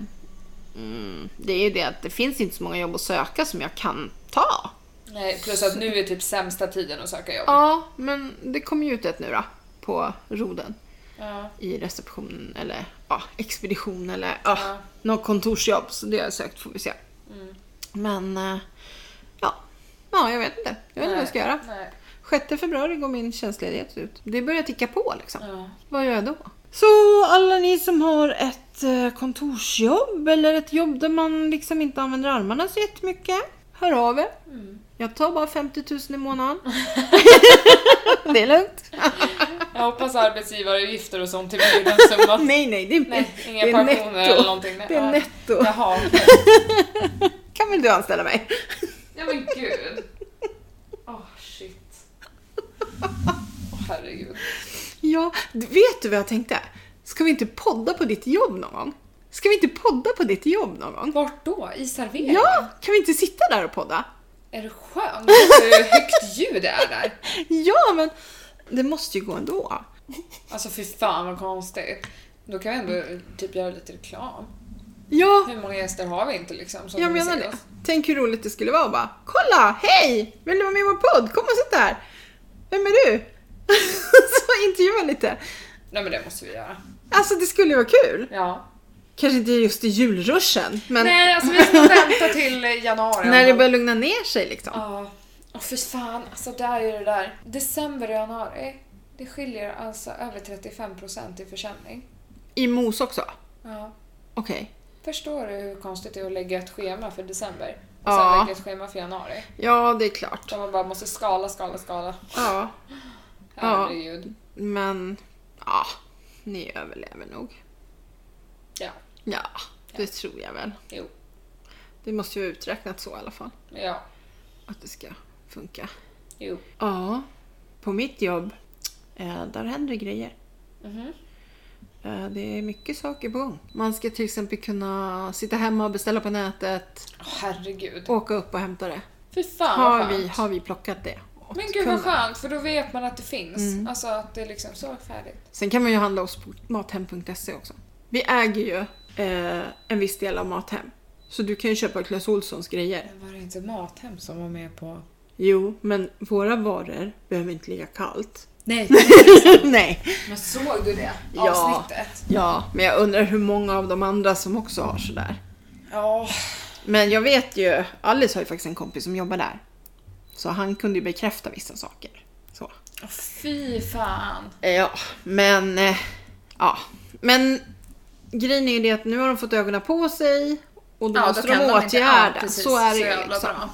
[SPEAKER 1] Mm, det är ju det att det finns inte så många jobb att söka som jag kan ta.
[SPEAKER 3] Nej, plus att nu är typ sämsta tiden att söka jobb.
[SPEAKER 1] Ja, men det kommer ju ut ett nu då. På roden.
[SPEAKER 3] Ja.
[SPEAKER 1] I receptionen eller ja, expedition eller ja,
[SPEAKER 3] Ja. Mm.
[SPEAKER 1] något kontorsjobb. Så det har jag sökt får vi se. Men eh, ja. ja, jag vet inte. Jag vet inte vad jag ska göra.
[SPEAKER 3] Nej.
[SPEAKER 1] 6 februari går min tjänstledighet ut. Det börjar ticka på liksom.
[SPEAKER 3] Ja.
[SPEAKER 1] Vad gör jag då? Så alla ni som har ett eh, kontorsjobb eller ett jobb där man liksom inte använder armarna så jättemycket. Hör av er.
[SPEAKER 3] Mm.
[SPEAKER 1] Jag tar bara 50 000 i
[SPEAKER 3] [laughs]
[SPEAKER 1] månaden. det är lugnt.
[SPEAKER 3] Jag hoppas arbetsgivaravgifter och sånt till blir
[SPEAKER 1] [laughs]
[SPEAKER 3] den summan.
[SPEAKER 1] Nej, nej, det är,
[SPEAKER 3] Nej, inga
[SPEAKER 1] det är
[SPEAKER 3] pensioner
[SPEAKER 1] netto.
[SPEAKER 3] eller någonting. Nej,
[SPEAKER 1] Det är
[SPEAKER 3] ja.
[SPEAKER 1] netto.
[SPEAKER 3] Jaha, okej.
[SPEAKER 1] Kan väl du anställa mig?
[SPEAKER 3] Ja men gud. Åh shit. Åh herregud.
[SPEAKER 1] Ja, du- vet du vad jag tänkte? Ska vi inte podda på ditt jobb någon gång? Ska vi inte podda på ditt jobb någon gång?
[SPEAKER 3] Vart då? I serveringen?
[SPEAKER 1] Ja, kan vi inte sitta där och podda?
[SPEAKER 3] Är du skön? Hur högt ljud det är där.
[SPEAKER 1] Ja, men det måste ju gå ändå.
[SPEAKER 3] Alltså fy fan vad konstigt. Då kan vi ändå typ göra lite reklam.
[SPEAKER 1] Ja,
[SPEAKER 3] Hur många gäster har vi inte liksom? Som
[SPEAKER 1] jag
[SPEAKER 3] vill
[SPEAKER 1] menar
[SPEAKER 3] se
[SPEAKER 1] det.
[SPEAKER 3] oss?
[SPEAKER 1] Tänk hur roligt det skulle vara att bara Kolla! Hej! Vill du vara med i vår podd? Kom och sitt här! Vem är du? [laughs] Så intervjua lite.
[SPEAKER 3] Nej men det måste vi göra.
[SPEAKER 1] Alltså det skulle ju vara kul.
[SPEAKER 3] Ja.
[SPEAKER 1] Kanske inte just i julruschen, men
[SPEAKER 3] Nej alltså vi ska vänta till januari.
[SPEAKER 1] när det börjar lugna ner sig liksom.
[SPEAKER 3] Ja. Åh fy fan, alltså där är det där. December och januari. Det skiljer alltså över 35% i försäljning.
[SPEAKER 1] I mos också?
[SPEAKER 3] Ja.
[SPEAKER 1] Okej.
[SPEAKER 3] Förstår du hur konstigt det är att lägga ett schema för december och sen
[SPEAKER 1] Ja.
[SPEAKER 3] lägga ett schema för januari?
[SPEAKER 1] Ja, det är klart.
[SPEAKER 3] Där man bara måste skala, skala, skala.
[SPEAKER 1] Ja,
[SPEAKER 3] Herregud.
[SPEAKER 1] men ja, ni överlever nog.
[SPEAKER 3] Ja.
[SPEAKER 1] Ja, det tror jag väl.
[SPEAKER 3] Jo.
[SPEAKER 1] Det måste ju vara uträknat så i alla fall.
[SPEAKER 3] Ja,
[SPEAKER 1] Att det ska funka.
[SPEAKER 3] jo.
[SPEAKER 1] Ja, på mitt jobb, eh, där händer grejer.
[SPEAKER 3] Mm-hmm.
[SPEAKER 1] Eh, det är mycket saker på gång. Man ska till exempel kunna sitta hemma och beställa på nätet,
[SPEAKER 3] Åh, herregud.
[SPEAKER 1] åka upp och hämta det.
[SPEAKER 3] Fy fan Mm. vad
[SPEAKER 1] Har
[SPEAKER 3] skönt.
[SPEAKER 1] vi, har vi plockat det? åt
[SPEAKER 3] Men gud vad
[SPEAKER 1] kunden?
[SPEAKER 3] skönt, för då vet man att det finns.
[SPEAKER 1] Mm.
[SPEAKER 3] Alltså att det är liksom så färdigt.
[SPEAKER 1] Sen kan man ju handla oss på mathem.se också. Vi äger ju eh, en viss del av Mathem. Så du kan ju köpa Clas Ohlsons grejer.
[SPEAKER 3] Men var det inte Mathem som var med på...
[SPEAKER 1] Jo, men våra varor behöver inte ligga kallt. [laughs]
[SPEAKER 3] Nej,
[SPEAKER 1] Nej.
[SPEAKER 3] men såg du det
[SPEAKER 1] Ja.
[SPEAKER 3] avsnittet?
[SPEAKER 1] Ja, men jag undrar hur många av de andra som också har sådär.
[SPEAKER 3] Ja.
[SPEAKER 1] Men jag vet ju, Alice har ju faktiskt en kompis som jobbar där. Så han kunde ju bekräfta vissa saker. Så.
[SPEAKER 3] Åh, Fy fan.
[SPEAKER 1] Ja, men... eh, Ja. Men grejen är ju det att nu har de fått ögonen på sig och då måste de åtgärda.
[SPEAKER 3] precis,
[SPEAKER 1] så är det
[SPEAKER 3] så
[SPEAKER 1] ju.
[SPEAKER 3] jävla
[SPEAKER 1] Liksom.
[SPEAKER 3] bra.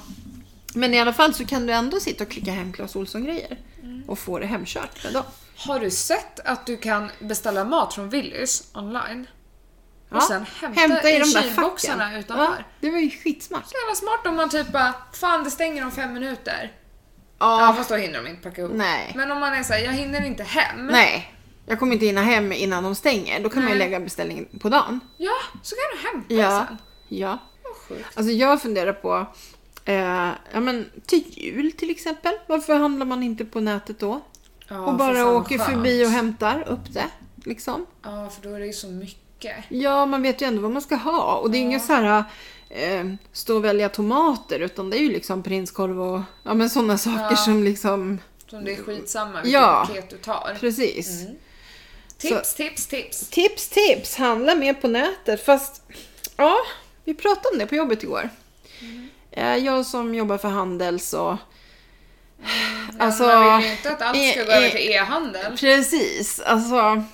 [SPEAKER 1] Men i alla fall så kan du ändå sitta och klicka hem Clas Ohlson-grejer
[SPEAKER 3] Mm.
[SPEAKER 1] och få det hemkört med dem.
[SPEAKER 3] Har du sett att du kan beställa mat från Willys online? Och sen hämta, i, kylboxarna utanför?
[SPEAKER 1] Ja, det var ju skitsmart.
[SPEAKER 3] Så jävla smart om man typ bara, fan det stänger om fem minuter. Ja
[SPEAKER 1] Ja,
[SPEAKER 3] fast då hinner de inte packa ihop.
[SPEAKER 1] Nej.
[SPEAKER 3] Men om man är såhär, jag hinner inte hem.
[SPEAKER 1] nej. Jag kommer inte hinna hem innan de stänger. Då kan man ju
[SPEAKER 3] Nej.
[SPEAKER 1] lägga beställningen på dagen.
[SPEAKER 3] Ja, så kan du hämta
[SPEAKER 1] Ja.
[SPEAKER 3] sen.
[SPEAKER 1] ja.
[SPEAKER 3] Vad sjukt.
[SPEAKER 1] Alltså jag funderar på, eh, ja men till jul till exempel. Varför handlar man inte på nätet då?
[SPEAKER 3] Ja,
[SPEAKER 1] och
[SPEAKER 3] fy
[SPEAKER 1] bara
[SPEAKER 3] fan, vad
[SPEAKER 1] åker
[SPEAKER 3] skönt.
[SPEAKER 1] förbi och hämtar upp det. Liksom.
[SPEAKER 3] Ja, för då är det ju så mycket.
[SPEAKER 1] Ja, man vet ju ändå vad man ska ha. Och det är ju inga så här eh, stå och välja tomater utan det är ju liksom prinskorv och ja, men sådana saker
[SPEAKER 3] Ja.
[SPEAKER 1] som liksom...
[SPEAKER 3] Som det är skitsamma vilket
[SPEAKER 1] Ja.
[SPEAKER 3] paket du tar. Mm.
[SPEAKER 1] Precis.
[SPEAKER 3] Tips, tips, tips.
[SPEAKER 1] Tips, tips! Handla mer på nätet. Fast, ja, vi pratade om det på jobbet igår.
[SPEAKER 3] Mm.
[SPEAKER 1] Eh, Jag som jobbar för Handels och...
[SPEAKER 3] Alltså, man vill ju inte att allt ska
[SPEAKER 1] eh,
[SPEAKER 3] gå över
[SPEAKER 1] eh,
[SPEAKER 3] till e-handel.
[SPEAKER 1] Precis, alltså...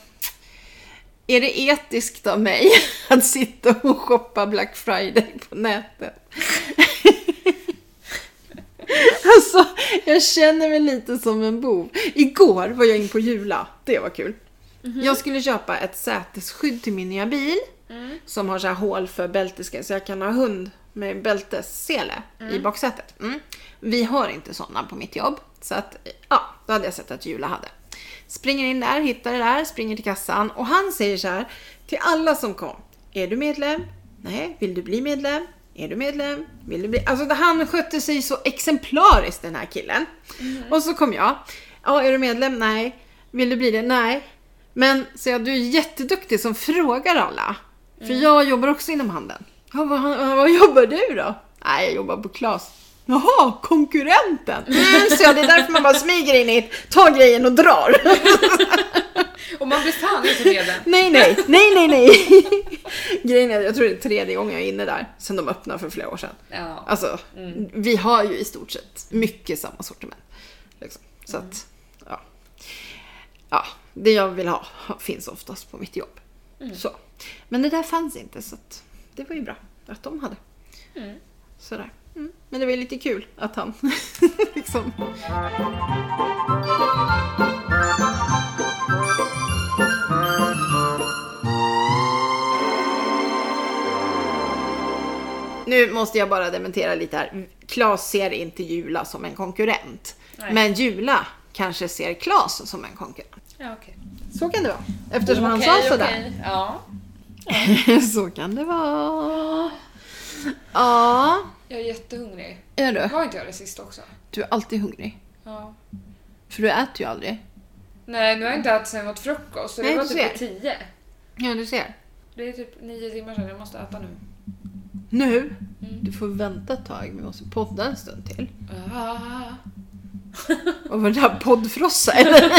[SPEAKER 1] Är det etiskt av mig [laughs] att sitta och shoppa Black Friday på nätet? [laughs] alltså, jag känner mig lite som en bov. Igår var jag in på Jula, det var kul. Jag skulle köpa ett sätesskydd till min nya bil som har så här hål för bältesgrejer så jag kan ha hund med bältessele i baksätet. Mm. Vi har inte sådana på mitt jobb så att ja, då hade jag sett att Jula hade. Springer in där, hittar det där, springer till kassan och han säger så här till alla som kom. Är du medlem? Nej, vill du bli medlem? Är du medlem? Vill du bli? Alltså han skötte sig så exemplariskt den här killen. Och så kom jag. Ja, är du medlem? Nej. Vill du bli det? Nej. Men så jag, du är jätteduktig som frågar alla. För jag jobbar också inom handeln. Ja, vad, vad jobbar du då? Nej, jag jobbar på Klas. Jaha, konkurrenten! Mm, så jag, det är därför man bara smyger in hit, tar grejen och drar.
[SPEAKER 3] Och man blir fan
[SPEAKER 1] [laughs]
[SPEAKER 3] inte medlem.
[SPEAKER 1] Nej, nej, nej, nej, nej. [laughs] Grejen är, jag tror det är tredje gången jag är inne där, sen de öppnade för flera år sedan.
[SPEAKER 3] Ja.
[SPEAKER 1] Alltså, vi har ju i stort sett mycket samma sortiment. Liksom. Så att, ja. ja. Det jag vill ha finns oftast på mitt jobb. Så. Men det där fanns inte, så att det var ju bra att de hade. Sådär. Mm. Men det var ju lite kul att han [laughs] liksom... Nu måste jag bara dementera lite här. Klas ser inte Jula som en konkurrent.
[SPEAKER 3] Nej.
[SPEAKER 1] Men Jula kanske ser Klas som en konkurrent.
[SPEAKER 3] Ja, okej.
[SPEAKER 1] Så kan det vara. Eftersom han
[SPEAKER 3] Okej,
[SPEAKER 1] sa sådär.
[SPEAKER 3] okej. Ja.
[SPEAKER 1] [laughs] Så kan det vara. Ja,
[SPEAKER 3] Jag är jättehungrig.
[SPEAKER 1] är du?
[SPEAKER 3] Var inte jag det sist också?
[SPEAKER 1] Du är alltid hungrig.
[SPEAKER 3] Ja.
[SPEAKER 1] För du äter ju aldrig.
[SPEAKER 3] Nej, nu har jag inte ätit sen jag åt frukost. Så det
[SPEAKER 1] Nej,
[SPEAKER 3] var
[SPEAKER 1] du
[SPEAKER 3] typ
[SPEAKER 1] ser.
[SPEAKER 3] vid tio.
[SPEAKER 1] Ja, du ser.
[SPEAKER 3] Det är typ nio timmar sedan, jag måste äta nu.
[SPEAKER 1] Nu? Du får vänta ett tag, vi måste podda en stund till.
[SPEAKER 3] Ah.
[SPEAKER 1] Och var det här poddfrossa eller?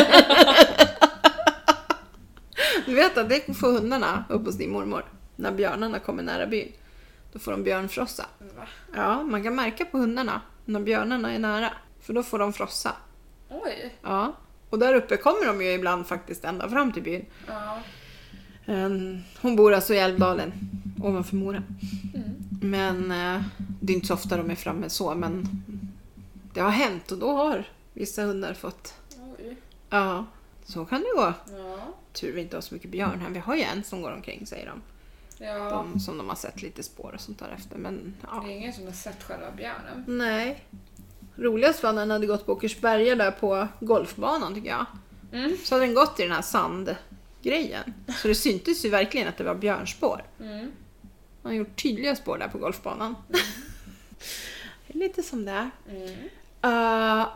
[SPEAKER 1] Du vet att det får hundarna upp hos din mormor. När björnarna kommer nära byn. Då får de björnfrossa.
[SPEAKER 3] Va?
[SPEAKER 1] Ja, man kan märka på hundarna när björnarna är nära. För då får de frossa.
[SPEAKER 3] Oj.
[SPEAKER 1] Ja. Och där uppe kommer de ju ibland faktiskt ända fram till byn.
[SPEAKER 3] Ja.
[SPEAKER 1] Ehm, Hon bor alltså i Älvdalen, ovanför Mora.
[SPEAKER 3] Mm.
[SPEAKER 1] Men eh, det är inte så ofta de är framme så, men det har hänt och då har vissa hundar fått...
[SPEAKER 3] Oj.
[SPEAKER 1] Ja, så kan det gå.
[SPEAKER 3] Ja.
[SPEAKER 1] Tur vi inte har så mycket björn här. Vi har ju en som går omkring, säger de.
[SPEAKER 3] Ja.
[SPEAKER 1] De som de har sett lite spår och sånt där efter. Men ja.
[SPEAKER 3] Det är ingen som har sett själva björnen.
[SPEAKER 1] Nej. Roligast var när den hade gått på Åkersberga där på golfbanan tycker jag.
[SPEAKER 3] Mm.
[SPEAKER 1] Så hade den gått i den här sandgrejen. Så det syntes ju verkligen att det var björnspår.
[SPEAKER 3] Mm.
[SPEAKER 1] Man har gjort tydliga spår där på golfbanan. [laughs] Det är Lite som det är.
[SPEAKER 3] Mm.
[SPEAKER 1] Eh,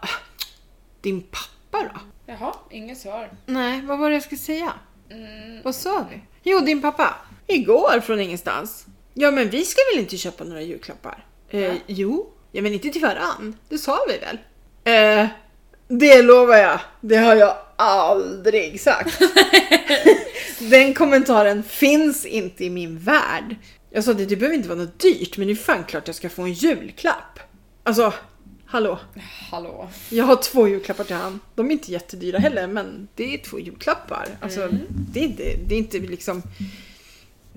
[SPEAKER 1] din pappa då?
[SPEAKER 3] Jaha, inget svar.
[SPEAKER 1] Nej, vad var det jag skulle säga?
[SPEAKER 3] Mm.
[SPEAKER 1] Eh, Vad sa vi? Jo, din pappa. Igår från ingenstans. Ja, men vi ska väl inte köpa några julklappar? Eh, jo. Ja, men inte till varann. Det sa vi väl? Eh, det lovar jag. Det har jag aldrig sagt. Den kommentaren finns inte i min värld. Jag sa det, det behöver inte vara något dyrt, men det är fan klart jag ska få en julklapp. Alltså, hallå.
[SPEAKER 3] Hallå.
[SPEAKER 1] Jag har två julklappar till han. De är inte jättedyra heller, men det är två julklappar. Alltså,
[SPEAKER 3] Mm.
[SPEAKER 1] det, är inte, det är inte liksom...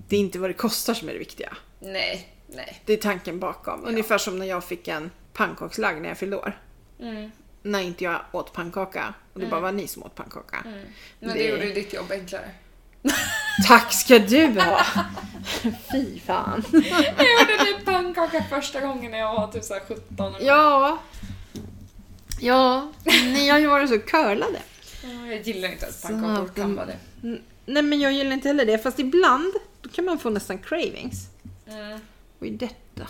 [SPEAKER 1] Det är inte vad det kostar som är det viktiga.
[SPEAKER 3] Nej, nej.
[SPEAKER 1] Det är tanken bakom. Ungefär som när jag fick en pannkakslagg när jag fyllde år.
[SPEAKER 3] Mm.
[SPEAKER 1] När inte jag åt pannkaka. Och det bara var ni som åt pannkaka.
[SPEAKER 3] Men Mm. det...
[SPEAKER 1] Det-
[SPEAKER 3] gjorde ju ditt jobb enklare.
[SPEAKER 1] Tack ska du ha! Fy fan.
[SPEAKER 3] [laughs] Jag gjorde typ pannkaka första gången när jag var typ såhär 17.
[SPEAKER 1] Ja. Ja, ni har ju varit så curlade.
[SPEAKER 3] Jag gillar inte att pannkakor
[SPEAKER 1] Så-
[SPEAKER 3] kan vara det.
[SPEAKER 1] N- Nej men jag gillar inte heller det, fast ibland då kan man få nästan cravings.
[SPEAKER 3] Mm.
[SPEAKER 1] Och i detta?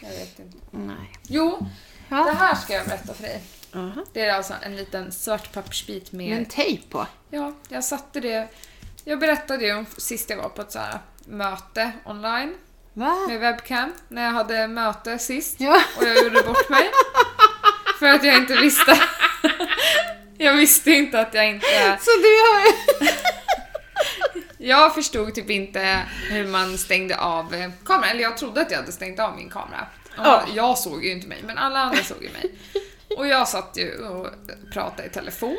[SPEAKER 3] Jag vet inte.
[SPEAKER 1] Nej.
[SPEAKER 3] Jo, det
[SPEAKER 1] Ja.
[SPEAKER 3] här ska jag berätta för dig.
[SPEAKER 1] Aha.
[SPEAKER 3] Det är alltså en liten svart pappersbit med...
[SPEAKER 1] Med en tejp på?
[SPEAKER 3] Ja, jag satte det... Jag berättade ju om sist jag var på ett så här möte online
[SPEAKER 1] Va?
[SPEAKER 3] med webcam. När jag hade möte sist
[SPEAKER 1] Ja.
[SPEAKER 3] och jag gjorde bort mig. För att jag inte visste. [laughs] Jag visste inte att jag inte...
[SPEAKER 1] [laughs] Så du har...
[SPEAKER 3] Jag förstod typ inte hur man stängde av eh, kameran. Eller jag trodde att jag hade stängt av min kamera. Och
[SPEAKER 1] Ja.
[SPEAKER 3] Jag såg ju inte mig, men alla andra såg ju mig. Och jag satt ju och pratade i telefon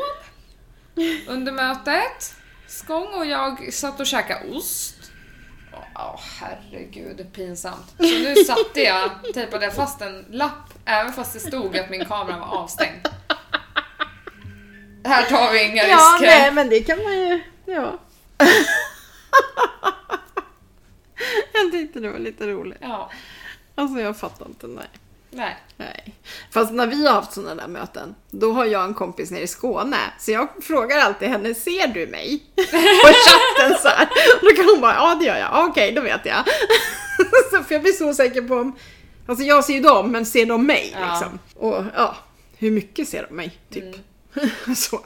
[SPEAKER 3] under mötet. Skång och jag satt och käkade ost. Åh herregud, pinsamt. Så nu satte jag, tejpade fast en lapp, även fast det stod att min kamera var avstängd. Här tar vi inga
[SPEAKER 1] [laughs] Ja,
[SPEAKER 3] risker.
[SPEAKER 1] nej men det kan man ju... [laughs] Ja. jag tyckte det var lite roligt.
[SPEAKER 3] Ja,
[SPEAKER 1] Alltså jag fattar inte, nej.
[SPEAKER 3] nej.
[SPEAKER 1] Nej. Fast när vi har haft sådana där möten, då har jag en kompis nere i Skåne. Så jag frågar alltid henne, ser du [laughs] mig? På chatten så här. Och då kan hon bara, ja det gör jag, Ja, okej då vet jag. [laughs] så, för jag blir så säker på om, alltså jag ser ju dem, men ser de mig?
[SPEAKER 3] Ja.
[SPEAKER 1] Liksom. Och ja, hur mycket ser de mig? Typ. [laughs] så.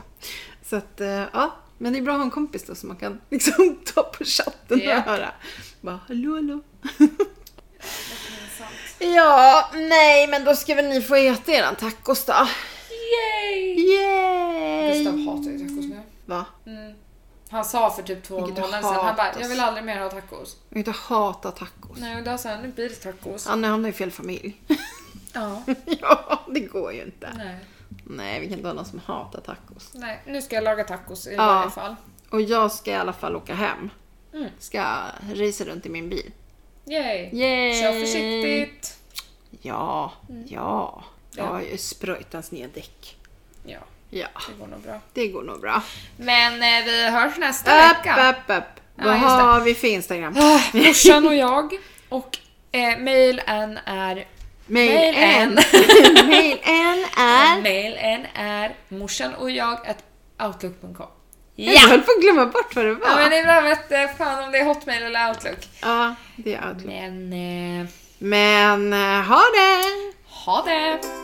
[SPEAKER 1] så att, eh, ja. Men det är bra att ha en kompis då som man kan liksom [laughs] ta på chatten
[SPEAKER 3] Ja.
[SPEAKER 1] och höra. Bara, hallå hallå. Ja, nej men då ska väl ni få äta eran tacos då.
[SPEAKER 3] Yay! Gustav
[SPEAKER 1] Yay!
[SPEAKER 3] hatar ju tacos nu.
[SPEAKER 1] Va?
[SPEAKER 3] Mm. Han sa för typ två
[SPEAKER 1] Vilket
[SPEAKER 3] månader sedan, han bara
[SPEAKER 1] hatas.
[SPEAKER 3] “jag vill aldrig mer ha tacos”.
[SPEAKER 1] Man kan inte hata tacos.
[SPEAKER 3] Nej, och då sa han “nu blir det tacos”.
[SPEAKER 1] Anne hamnar i fel familj. [laughs]
[SPEAKER 3] Ja.
[SPEAKER 1] ja, det går ju inte.
[SPEAKER 3] Nej.
[SPEAKER 1] Nej, vi kan inte ha någon som hatar tacos.
[SPEAKER 3] Nej, nu ska jag laga tacos i
[SPEAKER 1] Ja.
[SPEAKER 3] varje fall.
[SPEAKER 1] Och jag ska i alla fall åka hem.
[SPEAKER 3] Mm.
[SPEAKER 1] Ska resa runt i min bil.
[SPEAKER 3] Yay!
[SPEAKER 1] Yay!
[SPEAKER 3] Kör försiktigt!
[SPEAKER 1] Ja, ja. Jag
[SPEAKER 3] Ja.
[SPEAKER 1] har ju spröjtans nya däck.
[SPEAKER 3] Ja,
[SPEAKER 1] Ja,
[SPEAKER 3] det går nog bra.
[SPEAKER 1] det går nog bra.
[SPEAKER 3] Men eh, vi hörs nästa
[SPEAKER 1] Upp,
[SPEAKER 3] vecka.
[SPEAKER 1] upp, upp.
[SPEAKER 3] Ja,
[SPEAKER 1] Vad
[SPEAKER 3] just det.
[SPEAKER 1] har vi för Instagram?
[SPEAKER 3] Ah, Morsan och jag och eh, mailen är...
[SPEAKER 1] Mail
[SPEAKER 3] Mail
[SPEAKER 1] en. [laughs] Mail en är...
[SPEAKER 3] Mailen är morsan och jag at outlook.com.
[SPEAKER 1] Jag höll på att glömma bort vad det var.
[SPEAKER 3] Ja men ibland vet jag fan om det är Hotmail eller Outlook.
[SPEAKER 1] Ja, det är Outlook.
[SPEAKER 3] Men eh,
[SPEAKER 1] Men eh, ha det!
[SPEAKER 3] ha det!